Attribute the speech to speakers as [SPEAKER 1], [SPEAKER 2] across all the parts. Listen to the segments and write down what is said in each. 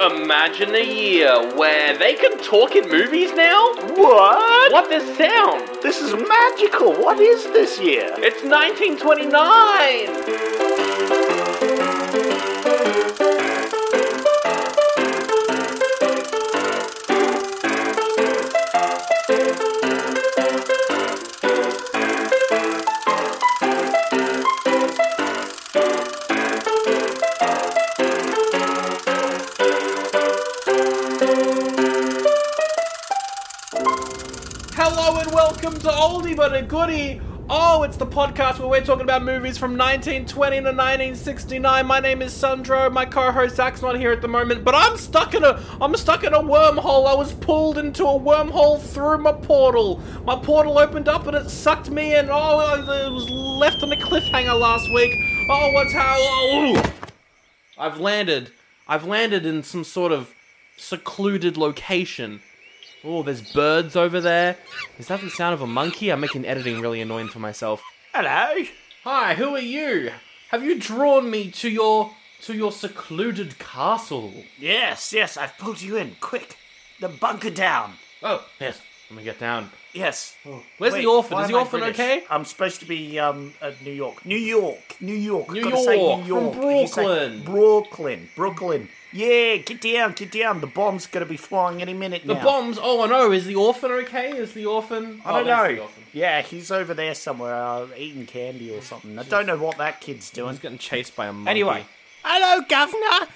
[SPEAKER 1] Imagine a year where they can talk in movies now? What? What this sound?
[SPEAKER 2] This is magical. What is this year?
[SPEAKER 1] It's 1929! Hello and welcome to Oldie But a Goodie! Oh, it's the podcast where we're talking about movies from 1920 to 1969. My name is Sandro. My co-host Zach's not here at the moment, but I'm stuck in a I'm stuck in a wormhole. I was pulled into a wormhole through my portal. My portal opened up and it sucked me in. Oh, it was left on a cliffhanger last week. Oh, what's how? Oh, I've landed. I've landed in some sort of secluded location. Oh, there's birds over there. Is that the sound of a monkey? I'm making editing really annoying for myself.
[SPEAKER 2] Hello.
[SPEAKER 1] Hi, who are you? Have you drawn me to your to your secluded castle?
[SPEAKER 2] Yes, yes, I've pulled you in. Quick. The bunker down.
[SPEAKER 1] Oh, yes. Let me get down.
[SPEAKER 2] Yes.
[SPEAKER 1] Where's
[SPEAKER 2] Oh, Wait,
[SPEAKER 1] the orphan?
[SPEAKER 2] why
[SPEAKER 1] Is the
[SPEAKER 2] am I
[SPEAKER 1] orphan
[SPEAKER 2] British?
[SPEAKER 1] okay?
[SPEAKER 2] I'm supposed to be um at New York. New York. New York.
[SPEAKER 1] New
[SPEAKER 2] Gotta say
[SPEAKER 1] York,
[SPEAKER 2] New
[SPEAKER 1] from
[SPEAKER 2] York. You say
[SPEAKER 1] Brooklyn.
[SPEAKER 2] Brooklyn. Brooklyn. Yeah, get down, get down. The bomb's gonna be flying any minute
[SPEAKER 1] The
[SPEAKER 2] now.
[SPEAKER 1] bombs. Oh, I know. Is the orphan okay? Is the orphan?
[SPEAKER 2] I
[SPEAKER 1] oh, there's
[SPEAKER 2] don't
[SPEAKER 1] the
[SPEAKER 2] know.
[SPEAKER 1] orphan.
[SPEAKER 2] Yeah, he's over there somewhere uh, eating candy or something. I don't know what that kid's doing.
[SPEAKER 1] He's getting chased by a monkey.
[SPEAKER 2] Anyway. Hello, Governor.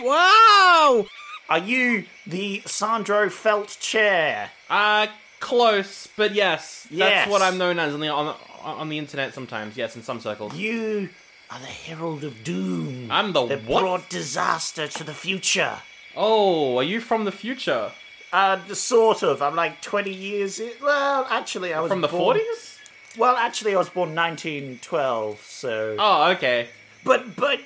[SPEAKER 2] Wow. Are you the Sandro Felt chair?
[SPEAKER 1] Uh, close, but yes.
[SPEAKER 2] Yes.
[SPEAKER 1] That's what I'm known as on the on, on the internet sometimes. Yes, in some circles.
[SPEAKER 2] You are the herald of doom.
[SPEAKER 1] I'm the
[SPEAKER 2] that
[SPEAKER 1] what?
[SPEAKER 2] brought disaster to the future.
[SPEAKER 1] Oh, are you from the future?
[SPEAKER 2] Uh, the sort of. I'm like 20 years. In, well, actually, I was
[SPEAKER 1] From the
[SPEAKER 2] born-
[SPEAKER 1] 40s?
[SPEAKER 2] Well, actually, I was born 1912. So,
[SPEAKER 1] Oh, okay.
[SPEAKER 2] but but uh,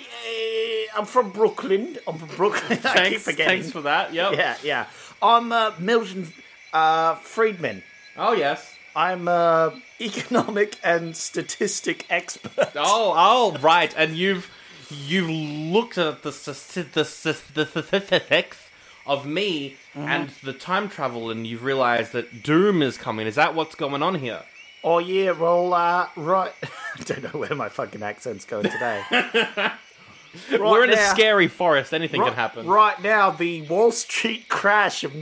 [SPEAKER 2] I'm from Brooklyn. I'm from Brooklyn. I keep
[SPEAKER 1] Thanks,
[SPEAKER 2] forgetting.
[SPEAKER 1] thanks for that. Yep.
[SPEAKER 2] Yeah, yeah. I'm uh, Milton uh, Friedman.
[SPEAKER 1] Oh yes.
[SPEAKER 2] I'm a economic and statistic expert.
[SPEAKER 1] Oh, oh, right. And you've you've looked at the st- the st- the statistics of me
[SPEAKER 2] Mm-hmm.
[SPEAKER 1] and the time travel, and you've realised that doom is coming. Is that what's going on here?
[SPEAKER 2] Oh yeah, well, uh, right. I don't know where my fucking accent's going today.
[SPEAKER 1] We're in
[SPEAKER 2] now-
[SPEAKER 1] a scary forest. Anything
[SPEAKER 2] right,
[SPEAKER 1] can happen.
[SPEAKER 2] Right now, the Wall Street crash of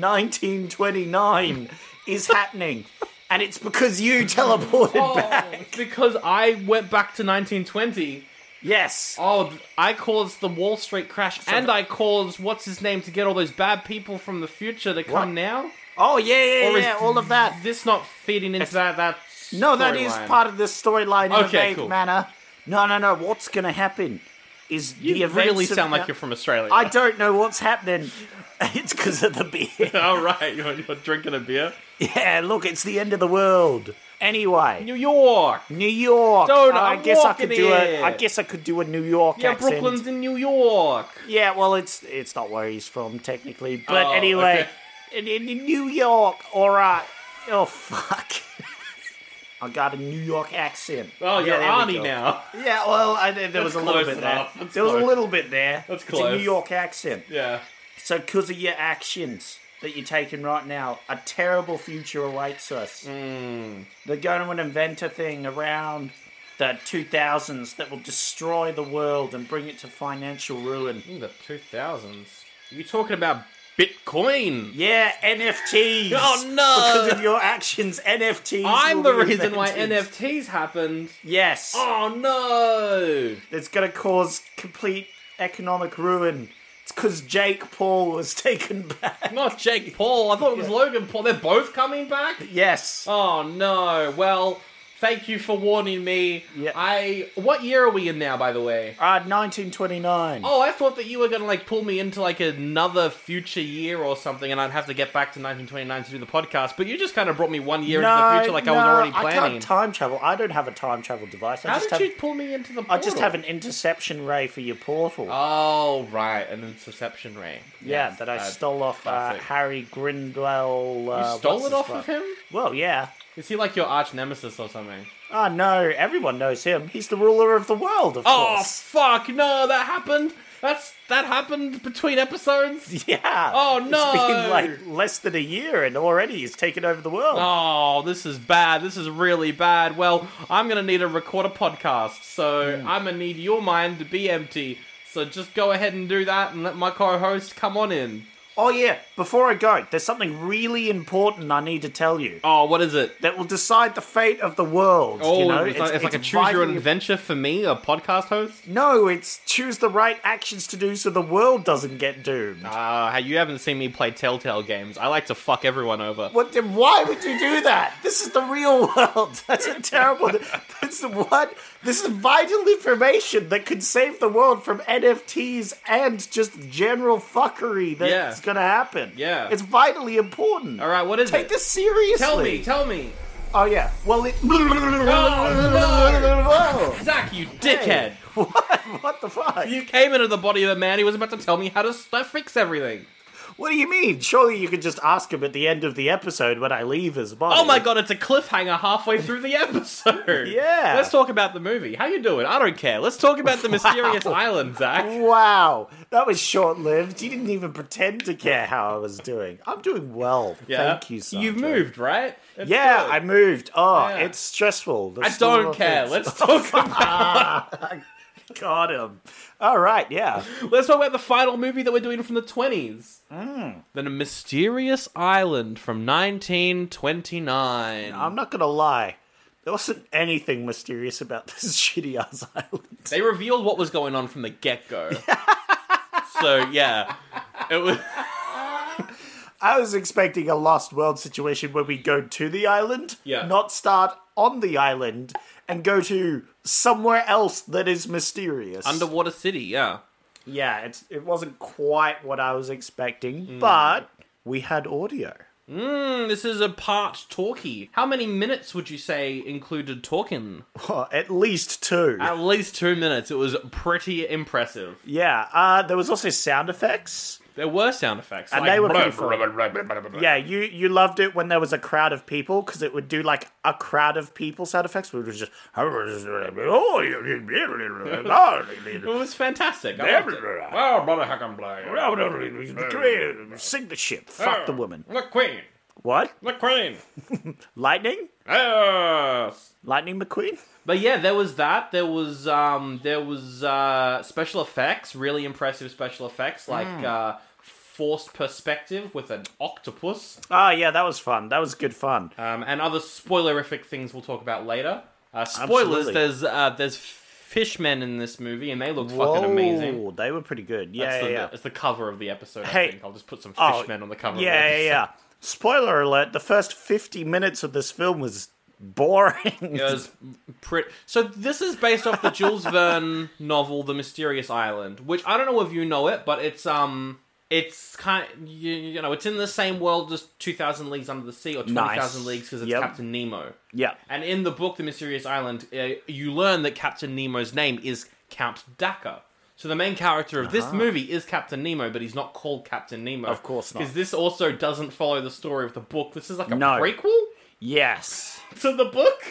[SPEAKER 2] 1929 is happening, and it's because you teleported
[SPEAKER 1] Oh,
[SPEAKER 2] back.
[SPEAKER 1] it's because I went back to 1920.
[SPEAKER 2] Yes.
[SPEAKER 1] Oh, th- I caused the Wall Street crash, and I caused what's his name to get all those bad people from the future to come
[SPEAKER 2] What?
[SPEAKER 1] now.
[SPEAKER 2] Oh yeah, yeah,
[SPEAKER 1] Or
[SPEAKER 2] yeah.
[SPEAKER 1] is
[SPEAKER 2] all of that.
[SPEAKER 1] This not feeding into that. That
[SPEAKER 2] No, that is
[SPEAKER 1] storyline?
[SPEAKER 2] part of the storyline in a
[SPEAKER 1] Okay,
[SPEAKER 2] vague
[SPEAKER 1] cool.
[SPEAKER 2] manner. No, no, no. What's going to happen is the
[SPEAKER 1] You
[SPEAKER 2] events
[SPEAKER 1] really
[SPEAKER 2] of
[SPEAKER 1] sound like
[SPEAKER 2] the-
[SPEAKER 1] you're from Australia.
[SPEAKER 2] I don't know what's happening. It's because of the beer.
[SPEAKER 1] All right, you're, you're drinking a beer.
[SPEAKER 2] Yeah, look, it's the end of the world. Anyway,
[SPEAKER 1] New York.
[SPEAKER 2] New York.
[SPEAKER 1] Dude,
[SPEAKER 2] I
[SPEAKER 1] I'm
[SPEAKER 2] guess I could
[SPEAKER 1] walking
[SPEAKER 2] do
[SPEAKER 1] here.
[SPEAKER 2] a. I guess I could do a New York
[SPEAKER 1] Yeah,
[SPEAKER 2] accent.
[SPEAKER 1] Brooklyn's in New York.
[SPEAKER 2] Yeah, well, it's it's not where he's from technically, but
[SPEAKER 1] Oh,
[SPEAKER 2] anyway, in, in New York. All right. Oh fuck. I got a New York accent.
[SPEAKER 1] Oh, you're
[SPEAKER 2] there we
[SPEAKER 1] Arnie
[SPEAKER 2] go.
[SPEAKER 1] now.
[SPEAKER 2] Yeah, well, I, there was a little
[SPEAKER 1] close
[SPEAKER 2] bit
[SPEAKER 1] enough.
[SPEAKER 2] there.
[SPEAKER 1] That's
[SPEAKER 2] there was a
[SPEAKER 1] close.
[SPEAKER 2] little bit there.
[SPEAKER 1] That's
[SPEAKER 2] It's a
[SPEAKER 1] close.
[SPEAKER 2] New York accent.
[SPEAKER 1] Yeah.
[SPEAKER 2] So, because of your actions that you're taking right now, a terrible future awaits us.
[SPEAKER 1] Hmm.
[SPEAKER 2] They're going to invent a thing around the 2000s that will destroy the world and bring it to financial ruin.
[SPEAKER 1] In the 2000s. You talking about Bitcoin?
[SPEAKER 2] Yeah, NFTs.
[SPEAKER 1] Oh, no.
[SPEAKER 2] Because of your actions, NFTs.
[SPEAKER 1] I'm the
[SPEAKER 2] will be
[SPEAKER 1] reason why
[SPEAKER 2] invented.
[SPEAKER 1] NFTs happened.
[SPEAKER 2] Yes,
[SPEAKER 1] Oh no!
[SPEAKER 2] it's going to cause complete economic ruin. It's because Jake Paul was taken back.
[SPEAKER 1] Not Oh. Jake Paul. I thought it was Logan Paul. They're both coming back.
[SPEAKER 2] Yes.
[SPEAKER 1] Oh no. Well, Thank you for warning me.
[SPEAKER 2] Yeah.
[SPEAKER 1] I. What year are we in now, by the way?
[SPEAKER 2] Uh, 1929.
[SPEAKER 1] Oh, I thought that you were gonna like pull me into like another future year or something, and I'd have to get back to 1929 to do the podcast. But you just kind of brought me one year into the future, like I was
[SPEAKER 2] no,
[SPEAKER 1] already
[SPEAKER 2] I
[SPEAKER 1] planning.
[SPEAKER 2] can't time travel. I don't have a time travel device. I
[SPEAKER 1] How
[SPEAKER 2] just
[SPEAKER 1] did
[SPEAKER 2] have,
[SPEAKER 1] you pull me into the?
[SPEAKER 2] I
[SPEAKER 1] Portal?
[SPEAKER 2] just have an interception ray for your portal.
[SPEAKER 1] Oh right, an interception ray.
[SPEAKER 2] yeah,
[SPEAKER 1] Yes,
[SPEAKER 2] that I
[SPEAKER 1] uh,
[SPEAKER 2] stole off uh,
[SPEAKER 1] classic.
[SPEAKER 2] Harry Grindwell. Uh,
[SPEAKER 1] you stole it
[SPEAKER 2] what's his
[SPEAKER 1] off
[SPEAKER 2] fuck?
[SPEAKER 1] of him?
[SPEAKER 2] Well, yeah.
[SPEAKER 1] Is he like your arch nemesis or something?
[SPEAKER 2] Oh no, everyone knows him. He's the ruler of the world, of
[SPEAKER 1] Oh
[SPEAKER 2] course.
[SPEAKER 1] fuck! No, that happened. That's that happened between episodes.
[SPEAKER 2] Yeah.
[SPEAKER 1] Oh,
[SPEAKER 2] It's
[SPEAKER 1] no.
[SPEAKER 2] been like less than a year, and already he's taken over the world.
[SPEAKER 1] Oh, this is bad. This is really bad. Well, I'm gonna need to record a podcast, so
[SPEAKER 2] Hmm.
[SPEAKER 1] I'm gonna need your mind to be empty. So just go ahead and do that, and let my co-host come on in.
[SPEAKER 2] Oh yeah. Before I go, there's something really important I need to tell you
[SPEAKER 1] Oh, what is it?
[SPEAKER 2] that will decide the fate of the world.
[SPEAKER 1] Oh,
[SPEAKER 2] you know,
[SPEAKER 1] it's, like, it's like a choose your own
[SPEAKER 2] vitally-
[SPEAKER 1] adventure for me, a podcast host.
[SPEAKER 2] No, it's choose the right actions to do so the world doesn't get doomed.
[SPEAKER 1] Ah, hey, you haven't seen me play Telltale games. I like to fuck everyone over.
[SPEAKER 2] What? Then why would you do that? This is the real world. That's a terrible. That's the what? This is vital information that could save the world from NFTs and just general fuckery that's
[SPEAKER 1] Yeah.
[SPEAKER 2] going to happen.
[SPEAKER 1] Yeah.
[SPEAKER 2] it's vitally important.
[SPEAKER 1] All right, what is
[SPEAKER 2] take
[SPEAKER 1] it?
[SPEAKER 2] this seriously.
[SPEAKER 1] Tell me, tell me,
[SPEAKER 2] Oh yeah. Well, it.
[SPEAKER 1] no. Zach, you dickhead.
[SPEAKER 2] What? What the fuck?
[SPEAKER 1] You came into the body of a man who was about to tell me how to s- uh, fix everything.
[SPEAKER 2] What do you mean? Surely you could just ask him at the end of the episode when I leave his body.
[SPEAKER 1] Oh my god, it's a cliffhanger halfway through the episode.
[SPEAKER 2] Yeah.
[SPEAKER 1] Let's talk about the movie. How you doing? I don't care. Let's talk about the mysterious island, Zach.
[SPEAKER 2] Wow, that was short lived. You didn't even pretend to care how I was doing. I'm doing well. Thank you, Sandra.
[SPEAKER 1] You've moved, right? It's
[SPEAKER 2] Yeah,
[SPEAKER 1] good.
[SPEAKER 2] I moved. Oh,
[SPEAKER 1] Yeah.
[SPEAKER 2] it's stressful.
[SPEAKER 1] I don't care. Let's talk about
[SPEAKER 2] Got him. All right, yeah.
[SPEAKER 1] let's talk about the final movie that we're doing from the twenties.
[SPEAKER 2] Mm.
[SPEAKER 1] Then a mysterious island from nineteen twenty nine.
[SPEAKER 2] I'm not going to lie. There wasn't anything mysterious about this shitty ass island.
[SPEAKER 1] They revealed what was going on from the get go. so yeah, it was.
[SPEAKER 2] I was expecting a Lost World situation where we go to the island,
[SPEAKER 1] Yeah.
[SPEAKER 2] not start on the island, and go to somewhere else that is mysterious.
[SPEAKER 1] Underwater City, yeah.
[SPEAKER 2] Yeah, it's it wasn't quite what I was expecting, but we had audio.
[SPEAKER 1] Mm, this is a part talkie. How many minutes would you say included talking?
[SPEAKER 2] Well, at least two.
[SPEAKER 1] At least two minutes. It was pretty impressive.
[SPEAKER 2] yeah, uh, there was also sound effects.
[SPEAKER 1] There were sound effects,
[SPEAKER 2] And
[SPEAKER 1] like
[SPEAKER 2] they were
[SPEAKER 1] blah,
[SPEAKER 2] pretty
[SPEAKER 1] blah,
[SPEAKER 2] fun.
[SPEAKER 1] blah, blah, blah, blah, blah.
[SPEAKER 2] Yeah, you you loved it when there was a crowd of people because it would do like a crowd of people sound effects, which was just
[SPEAKER 1] It was fantastic. I loved it. Well, brother, how come blah?
[SPEAKER 2] sing the ship. Fuck the woman.
[SPEAKER 1] The Queen.
[SPEAKER 2] What?
[SPEAKER 1] The Queen.
[SPEAKER 2] Lightning?
[SPEAKER 1] Yes.
[SPEAKER 2] Lightning McQueen?
[SPEAKER 1] But yeah, there was that. There was um there was uh special effects, really impressive special effects like
[SPEAKER 2] Mm.
[SPEAKER 1] uh forced perspective with an octopus.
[SPEAKER 2] Oh yeah, that was fun. That was good fun.
[SPEAKER 1] Um, and other spoilerific things we'll talk about later. Uh, spoilers.
[SPEAKER 2] Absolutely.
[SPEAKER 1] There's uh, there's fishmen in this movie, and they look fucking
[SPEAKER 2] Whoa,
[SPEAKER 1] amazing.
[SPEAKER 2] They were pretty good. Yeah,
[SPEAKER 1] That's
[SPEAKER 2] yeah,
[SPEAKER 1] the,
[SPEAKER 2] yeah.
[SPEAKER 1] It's the cover of the episode. I
[SPEAKER 2] Hey.
[SPEAKER 1] think I'll just put some
[SPEAKER 2] Oh,
[SPEAKER 1] fishmen on the cover. of the
[SPEAKER 2] Yeah, yeah,
[SPEAKER 1] episode.
[SPEAKER 2] yeah. Spoiler alert: the first fifty minutes of this film was boring.
[SPEAKER 1] It was pretty. So this is based off the Jules Verne novel, The Mysterious Island, which I don't know if you know it, but it's um, it's kind you, you know, it's in the same world as Two Thousand Leagues Under the Sea or Twenty Thousand
[SPEAKER 2] Nice.
[SPEAKER 1] Leagues because it's
[SPEAKER 2] Yep.
[SPEAKER 1] Captain Nemo.
[SPEAKER 2] Yeah.
[SPEAKER 1] And in the book, The Mysterious Island, uh, you learn that Captain Nemo's name is Count Daka. So the main character of this movie is Captain Nemo, but he's not called Captain Nemo.
[SPEAKER 2] Uh-huh. Of course not.
[SPEAKER 1] Because this also doesn't follow the story of the book. This is like a
[SPEAKER 2] No.
[SPEAKER 1] prequel
[SPEAKER 2] yes,
[SPEAKER 1] to the book.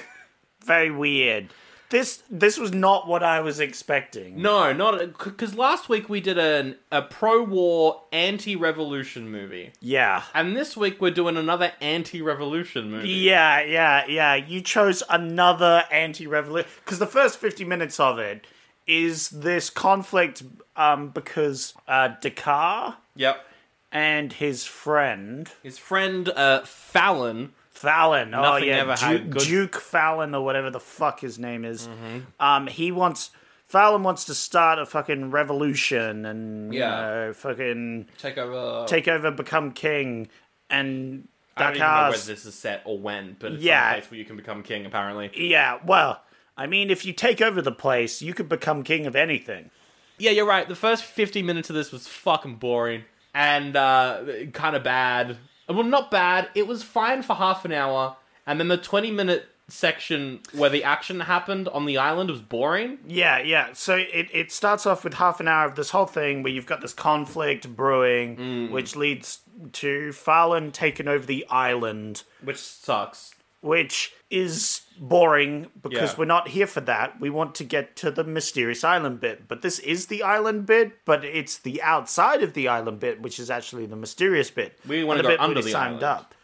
[SPEAKER 2] very weird. This this was not what I was expecting.
[SPEAKER 1] No, not because last week we did an, a pro-war, anti-revolution movie,
[SPEAKER 2] Yeah.
[SPEAKER 1] and this week we're doing another anti-revolution movie.
[SPEAKER 2] Yeah, yeah, yeah. You chose another anti-revolution because the first fifty minutes of it is this conflict um, because uh, Dakar
[SPEAKER 1] Yep.
[SPEAKER 2] and his friend
[SPEAKER 1] His friend uh, Fallon.
[SPEAKER 2] Fallon. oh
[SPEAKER 1] Nothing
[SPEAKER 2] yeah,
[SPEAKER 1] ever
[SPEAKER 2] Duke,
[SPEAKER 1] had good- Mm-hmm.
[SPEAKER 2] Duke Fallon or whatever the fuck his name is. Um, he wants Fallon wants to start a fucking revolution and
[SPEAKER 1] Yeah.
[SPEAKER 2] you know, fucking
[SPEAKER 1] Take over.
[SPEAKER 2] take over, become king, and
[SPEAKER 1] I don't even know
[SPEAKER 2] Because-
[SPEAKER 1] whether this is set or when, but it's
[SPEAKER 2] Yeah.
[SPEAKER 1] yeah. place where you can become king, apparently.
[SPEAKER 2] Yeah, well, I mean, if you take over the place, you could become king of anything.
[SPEAKER 1] Yeah, you're right. The first 50 minutes of this was fucking boring and uh, kind of bad. Well, not bad. It was fine for half an hour, and then the 20 minute section where the action happened on the island was boring.
[SPEAKER 2] Yeah, yeah. So it, it starts off with half an hour of this whole thing where you've got this conflict brewing, which leads to Farland taking over the island,
[SPEAKER 1] Which sucks.
[SPEAKER 2] which is boring because
[SPEAKER 1] Yeah.
[SPEAKER 2] we're not here for that. We want to get to the mysterious island bit. But this is the island bit, but it's the outside of the island bit, which is actually the mysterious bit.
[SPEAKER 1] We wanna
[SPEAKER 2] And
[SPEAKER 1] go
[SPEAKER 2] bit where
[SPEAKER 1] under
[SPEAKER 2] they
[SPEAKER 1] the
[SPEAKER 2] signed
[SPEAKER 1] island.
[SPEAKER 2] up.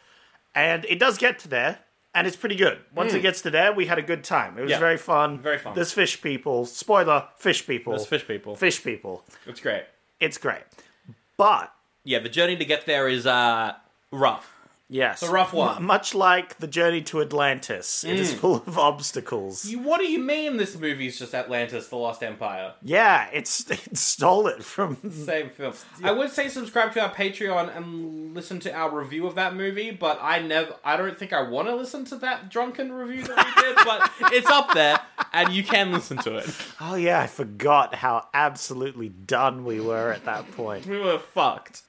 [SPEAKER 2] And it does get to there, and it's pretty good. Once it gets to there, we had a good time. It was
[SPEAKER 1] Hmm. Yeah.
[SPEAKER 2] very fun.
[SPEAKER 1] Very fun.
[SPEAKER 2] There's fish people. Spoiler, fish people.
[SPEAKER 1] There's fish people.
[SPEAKER 2] Fish people.
[SPEAKER 1] It's great.
[SPEAKER 2] It's great. But
[SPEAKER 1] Yeah, the journey to get there is uh, rough.
[SPEAKER 2] yes.
[SPEAKER 1] a rough one. Hmm.
[SPEAKER 2] mu- much like the journey to Atlantis, it is full of obstacles.
[SPEAKER 1] You- What do you mean this movie's just Atlantis, The Lost Empire?
[SPEAKER 2] Yeah, it's it stole it from.
[SPEAKER 1] Same film. I would say subscribe to our Patreon and listen to our review of that movie, but I never, I don't think I want to listen to that drunken review that we did. but it's up there, and you can listen to it.
[SPEAKER 2] Oh yeah, I forgot how absolutely done we were at that point.
[SPEAKER 1] We were fucked.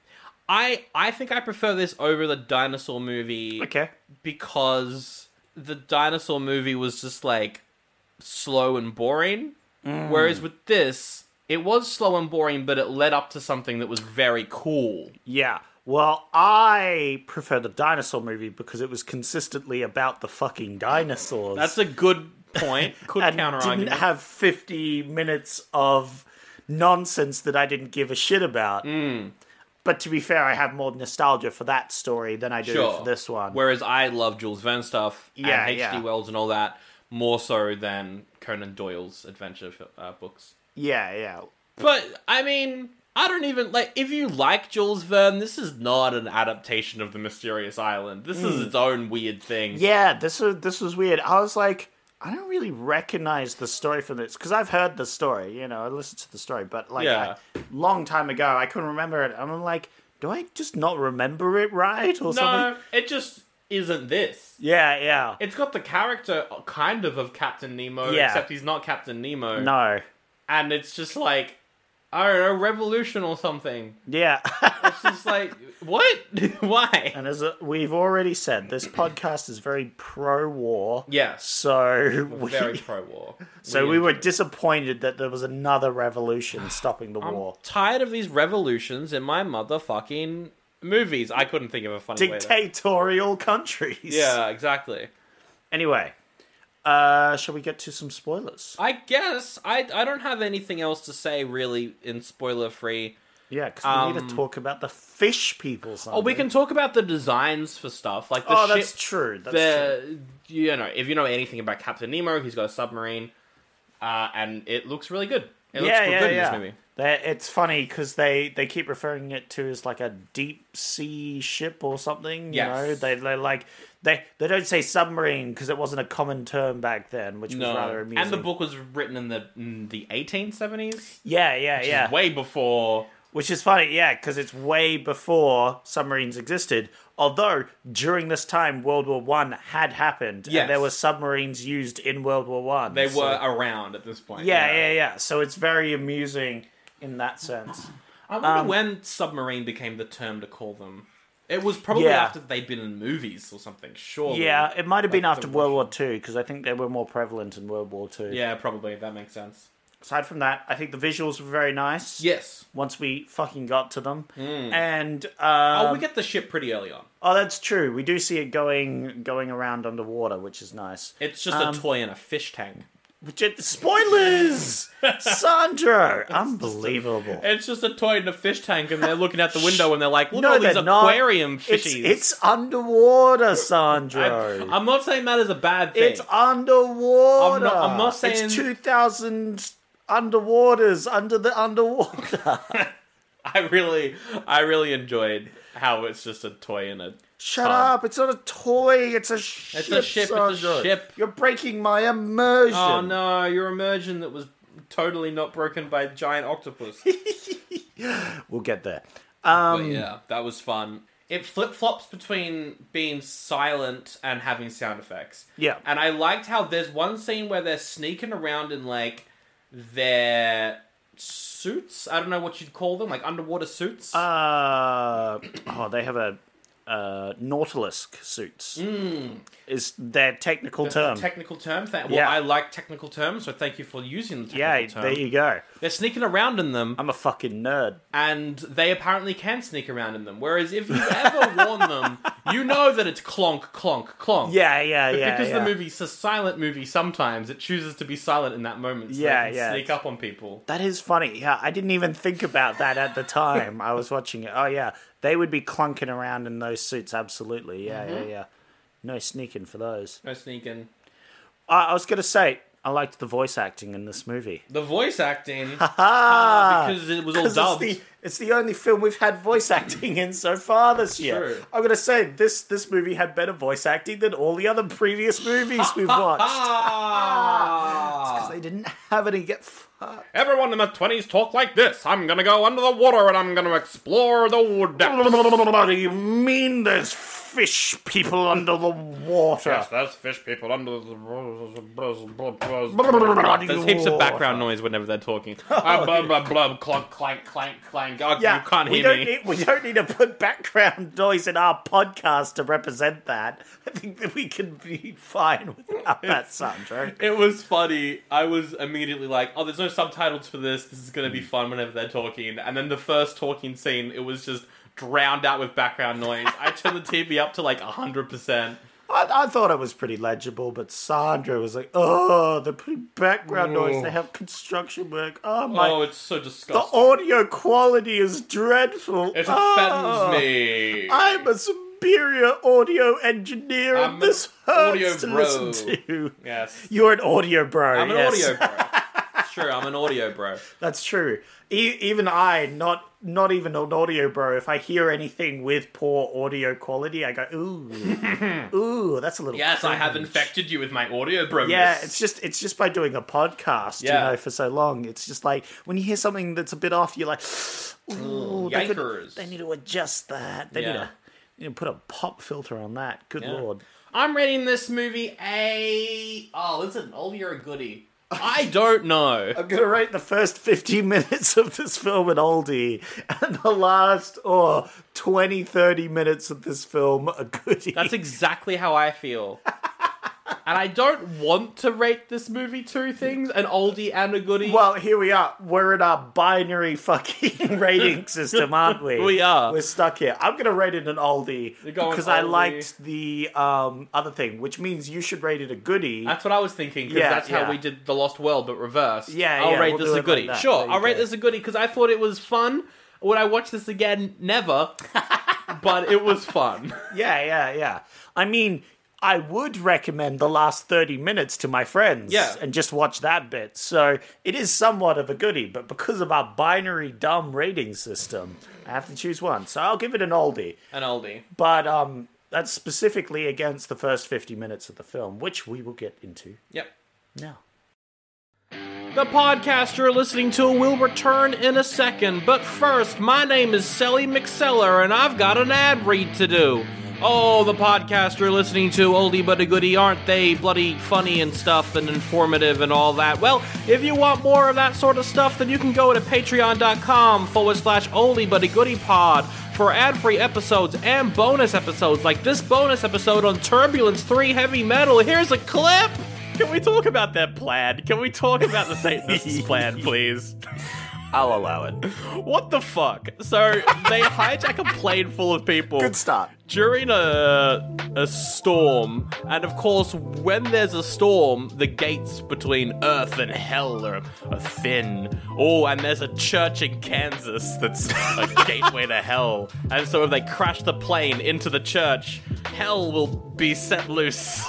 [SPEAKER 1] I I think I prefer this over the dinosaur movie.
[SPEAKER 2] Okay.
[SPEAKER 1] because the dinosaur movie was just like slow and boring. Whereas with this, it was slow and boring, but it led up to something that was very cool.
[SPEAKER 2] Yeah. Well, I prefer the dinosaur movie because it was consistently about the fucking dinosaurs.
[SPEAKER 1] That's a good point. Could
[SPEAKER 2] and
[SPEAKER 1] counter
[SPEAKER 2] didn't
[SPEAKER 1] argument.
[SPEAKER 2] have fifty minutes of nonsense that I didn't give a shit about.
[SPEAKER 1] Hmm.
[SPEAKER 2] But to be fair, I have more nostalgia for that story than I do
[SPEAKER 1] sure.
[SPEAKER 2] for this one.
[SPEAKER 1] Whereas I love Jules Verne stuff
[SPEAKER 2] Yeah,
[SPEAKER 1] and H.G.
[SPEAKER 2] yeah.
[SPEAKER 1] Wells and all that more so than Conan Doyle's adventure fi- uh, books.
[SPEAKER 2] yeah, yeah.
[SPEAKER 1] But I mean, I don't even like if you like Jules Verne, this is not an adaptation of The Mysterious Island. This is its own weird thing.
[SPEAKER 2] Hmm. Yeah, this was this was weird. I was like, I don't really recognize the story from this because I've heard the story. You know, I listened to the story, but like
[SPEAKER 1] Yeah.
[SPEAKER 2] a long time ago, I couldn't remember it. And I'm like, do I just not remember it right or
[SPEAKER 1] No,
[SPEAKER 2] something?
[SPEAKER 1] it just isn't this.
[SPEAKER 2] Yeah, yeah.
[SPEAKER 1] It's got the character uh, kind of of Captain Nemo,
[SPEAKER 2] Yeah.
[SPEAKER 1] except he's not Captain Nemo.
[SPEAKER 2] no.
[SPEAKER 1] And it's just like, I don't know, revolution or something.
[SPEAKER 2] Yeah.
[SPEAKER 1] It's just like, what? Why?
[SPEAKER 2] and as uh we've already said, this podcast is very pro-war.
[SPEAKER 1] Yes.
[SPEAKER 2] So we,
[SPEAKER 1] Very pro war.
[SPEAKER 2] so we were disappointed that there was another revolution stopping the war.
[SPEAKER 1] tired of these revolutions in my motherfucking movies. I couldn't think of a funny way. to-
[SPEAKER 2] Dictatorial countries.
[SPEAKER 1] Yeah, exactly.
[SPEAKER 2] Anyway, uh, shall we get to some spoilers?
[SPEAKER 1] I guess I I don't have anything else to say really in spoiler free.
[SPEAKER 2] Yeah, because we need to talk about the fish people. Someday.
[SPEAKER 1] Um, Oh, we can talk about the designs for stuff like the
[SPEAKER 2] Oh,
[SPEAKER 1] ship.
[SPEAKER 2] that's true. That's true.
[SPEAKER 1] the you know if you know anything about Captain Nemo, he's got a submarine, uh, and it looks really good. It looks
[SPEAKER 2] yeah,
[SPEAKER 1] good
[SPEAKER 2] yeah,
[SPEAKER 1] in
[SPEAKER 2] yeah.
[SPEAKER 1] this movie.
[SPEAKER 2] They- it's funny because they, they keep referring it to as like a deep sea ship or something.
[SPEAKER 1] Yes.
[SPEAKER 2] You know, they they like they they don't say submarine because it wasn't a common term back then, which was rather
[SPEAKER 1] No,
[SPEAKER 2] amusing.
[SPEAKER 1] and the book was written in the in the 1870s,
[SPEAKER 2] yeah, yeah, yeah.
[SPEAKER 1] way before
[SPEAKER 2] Which is funny, yeah, because it's way before submarines existed. Although during this time, World War One had happened,
[SPEAKER 1] Yes.
[SPEAKER 2] and there were submarines used in World War One.
[SPEAKER 1] they were around at this point.
[SPEAKER 2] yeah, yeah, yeah. So it's very amusing in that sense.
[SPEAKER 1] I wonder
[SPEAKER 2] Um,
[SPEAKER 1] when submarine became the term to call them. It was probably
[SPEAKER 2] Yeah.
[SPEAKER 1] after they'd been in movies or something. Sure.
[SPEAKER 2] Yeah, it might have been
[SPEAKER 1] Like
[SPEAKER 2] after
[SPEAKER 1] the
[SPEAKER 2] World War Two because I think they were more prevalent in World War Two.
[SPEAKER 1] Yeah, probably. That makes sense.
[SPEAKER 2] Aside from that, I think the visuals were very nice.
[SPEAKER 1] Yes.
[SPEAKER 2] Once we fucking got to them, and
[SPEAKER 1] Oh,
[SPEAKER 2] uh,
[SPEAKER 1] we get the ship pretty early on.
[SPEAKER 2] oh, that's true. We do see it going going around underwater, which is nice.
[SPEAKER 1] It's just
[SPEAKER 2] um,
[SPEAKER 1] a toy in a fish tank.
[SPEAKER 2] J- Spoilers! Sandro! Unbelievable.
[SPEAKER 1] It's just a toy in a fish tank, and they're looking out the window and they're like, "Look at all
[SPEAKER 2] they're
[SPEAKER 1] these aquarium
[SPEAKER 2] not. It's,
[SPEAKER 1] fishies."
[SPEAKER 2] it's underwater,
[SPEAKER 1] I'm,
[SPEAKER 2] Sandro.
[SPEAKER 1] I'm not saying that is a bad thing.
[SPEAKER 2] It's underwater.
[SPEAKER 1] I'm not- I'm not saying-
[SPEAKER 2] It's 2,000 underwaters under the underwater.
[SPEAKER 1] I really, I really enjoyed how it's just a toy in a.
[SPEAKER 2] Shut
[SPEAKER 1] Huh.
[SPEAKER 2] up. It's not a toy. It's a ship.
[SPEAKER 1] a ship, it's a
[SPEAKER 2] Sandro.
[SPEAKER 1] ship.
[SPEAKER 2] You're breaking my immersion.
[SPEAKER 1] Oh no, your immersion that was totally not broken by a giant octopus.
[SPEAKER 2] We'll get there.
[SPEAKER 1] but yeah, that was fun. Um, it flip flops between being silent and having sound effects.
[SPEAKER 2] Yeah.
[SPEAKER 1] And I liked how there's one scene where they're sneaking around in like their suits. I don't know what you'd call them, like underwater suits.
[SPEAKER 2] Uh, oh, they have a uh, Nautilus suits. Is their technical
[SPEAKER 1] Hmm.
[SPEAKER 2] term?
[SPEAKER 1] A technical term. Thank- well,
[SPEAKER 2] Yeah.
[SPEAKER 1] I like technical terms, so thank you for using the technical
[SPEAKER 2] yeah,
[SPEAKER 1] term.
[SPEAKER 2] there you go.
[SPEAKER 1] They're sneaking around in them,
[SPEAKER 2] I'm a fucking nerd.
[SPEAKER 1] and they apparently can sneak around in them. Whereas if you've ever worn them, you know that it's clonk, clonk, clonk.
[SPEAKER 2] Yeah, yeah,
[SPEAKER 1] But
[SPEAKER 2] yeah.
[SPEAKER 1] because
[SPEAKER 2] yeah.
[SPEAKER 1] the movie's a silent movie, sometimes it chooses to be silent in that moment. So
[SPEAKER 2] Yeah,
[SPEAKER 1] they can
[SPEAKER 2] yeah,
[SPEAKER 1] Sneak
[SPEAKER 2] it's-
[SPEAKER 1] up on people.
[SPEAKER 2] That is funny. Yeah, I didn't even think about that at the time I was watching it. Oh yeah, they would be clunking around in those suits. Absolutely. Yeah,
[SPEAKER 1] Mm-hmm.
[SPEAKER 2] yeah, yeah. No sneaking for those.
[SPEAKER 1] No sneaking.
[SPEAKER 2] I, I was gonna say I liked the voice acting in this movie.
[SPEAKER 1] The voice acting,
[SPEAKER 2] Ah,
[SPEAKER 1] because it was all
[SPEAKER 2] 'cause it's
[SPEAKER 1] dubbed.
[SPEAKER 2] the it's the only film we've had voice acting in so far this year.
[SPEAKER 1] True.
[SPEAKER 2] I'm gonna say this this movie had better voice acting than all the other previous movies we've watched
[SPEAKER 1] Ah!
[SPEAKER 2] because they didn't have any. Get fucked.
[SPEAKER 1] Everyone in their 20s talk like this. I'm gonna go under the water and I'm gonna explore the depths.
[SPEAKER 2] What do you mean? There's fish people under the water.
[SPEAKER 1] Yes, there's fish people under the.
[SPEAKER 2] Bloody
[SPEAKER 1] There's heaps of
[SPEAKER 2] water.
[SPEAKER 1] background noise whenever they're talking. Ah, blub, blub, blub, clunk, clank, clank, clank. Oh,
[SPEAKER 2] Yeah,
[SPEAKER 1] you can't
[SPEAKER 2] we
[SPEAKER 1] hear
[SPEAKER 2] don't
[SPEAKER 1] me.
[SPEAKER 2] Need, we don't need to put background noise in our podcast to represent that. I think that we can be fine without that soundtrack.
[SPEAKER 1] It was funny. I was immediately like, "Oh, there's no subtitles for this. This is gonna be fun whenever they're talking." And then the first talking scene, it was just drowned out with background noise. I turned the TV up to like hundred percent.
[SPEAKER 2] I, I thought it was pretty legible, but Sandra was like, "Oh, the pretty background noise. They have construction work. Oh my,
[SPEAKER 1] Oh, it's so
[SPEAKER 2] the
[SPEAKER 1] disgusting.
[SPEAKER 2] audio quality is dreadful.
[SPEAKER 1] it
[SPEAKER 2] Oh,
[SPEAKER 1] offends me.
[SPEAKER 2] I'm a superior audio engineer,
[SPEAKER 1] I'm
[SPEAKER 2] and this
[SPEAKER 1] an
[SPEAKER 2] hurts
[SPEAKER 1] audio
[SPEAKER 2] to
[SPEAKER 1] bro."
[SPEAKER 2] listen to.
[SPEAKER 1] yes,
[SPEAKER 2] You're an audio bro.
[SPEAKER 1] I'm an
[SPEAKER 2] yes.
[SPEAKER 1] audio bro. sure, I'm an audio bro.
[SPEAKER 2] That's true. E- even I, not not even an audio bro, if I hear anything with poor audio quality, I go ooh, ooh, that's a little.
[SPEAKER 1] Yes, I have
[SPEAKER 2] cringe."
[SPEAKER 1] infected you with my audio bro.
[SPEAKER 2] Yeah, it's just it's just by doing a podcast,
[SPEAKER 1] Yeah.
[SPEAKER 2] you know, for so long. It's just like when you hear something that's a bit off, you're like, ooh, they, could-
[SPEAKER 1] yikers.
[SPEAKER 2] they need to adjust that. They need
[SPEAKER 1] Yeah.
[SPEAKER 2] to you know, put a pop filter on that. Good lord.
[SPEAKER 1] I'm rating this movie a. Oh, is it an oldie or a goodie? I don't know.
[SPEAKER 2] I'm gonna rate the first 50 minutes of this film an oldie, and the last or 20, 30 minutes of this film a goodie.
[SPEAKER 1] That's exactly how I feel. and I don't want to rate this movie two things an oldie and a goodie.
[SPEAKER 2] well, here we are. We're in our binary fucking rating system, aren't we?
[SPEAKER 1] We are.
[SPEAKER 2] We're stuck here. I'm gonna rate it an oldie
[SPEAKER 1] going
[SPEAKER 2] because I
[SPEAKER 1] oldie.
[SPEAKER 2] liked the um, other thing, which means you should rate it a goodie.
[SPEAKER 1] that's what I was thinking because
[SPEAKER 2] Yeah,
[SPEAKER 1] that's
[SPEAKER 2] yeah.
[SPEAKER 1] how we did The Lost World but reversed.
[SPEAKER 2] Yeah,
[SPEAKER 1] I'll
[SPEAKER 2] yeah,
[SPEAKER 1] rate
[SPEAKER 2] we'll
[SPEAKER 1] this
[SPEAKER 2] do
[SPEAKER 1] a
[SPEAKER 2] it like
[SPEAKER 1] goodie.
[SPEAKER 2] that.
[SPEAKER 1] sure,
[SPEAKER 2] There you
[SPEAKER 1] I'll rate
[SPEAKER 2] go.
[SPEAKER 1] this a goodie because I thought it was fun. Would I watch this again? Never. but it was fun.
[SPEAKER 2] Yeah, yeah, yeah. I mean, I would recommend the last 30 minutes to my friends
[SPEAKER 1] Yeah.
[SPEAKER 2] and just watch that bit. So it is somewhat of a goodie, but because of our binary dumb rating system, I have to choose one. So I'll give it an oldie.
[SPEAKER 1] An oldie.
[SPEAKER 2] But um, that's specifically against the first 50 minutes of the film, which we will get into
[SPEAKER 1] Yep.
[SPEAKER 2] now.
[SPEAKER 1] The podcast you're listening to will return in a second, but first, my name is Sally McSeller and I've got an ad read to do. Oh, the podcast you're listening to, oldie but a goodie, aren't they bloody funny and stuff and informative and all that? Well, if you want more of that sort of stuff, then you can go to patreon.com forward slash oldie but a goodie pod for ad free episodes and bonus episodes like this bonus episode on Turbulence 3 Heavy Metal. Here's a clip! Can we talk about that plaid? Can we talk about the Satanist's plaid, please?
[SPEAKER 2] I'll allow it.
[SPEAKER 1] What the fuck? So they hijack a plane full of people
[SPEAKER 2] Good start.
[SPEAKER 1] during a a storm, and of course, when there's a storm, the gates between Earth and Hell are, are thin. Oh, and there's a church in Kansas that's a gateway to Hell, and so if they crash the plane into the church, Hell will be set loose.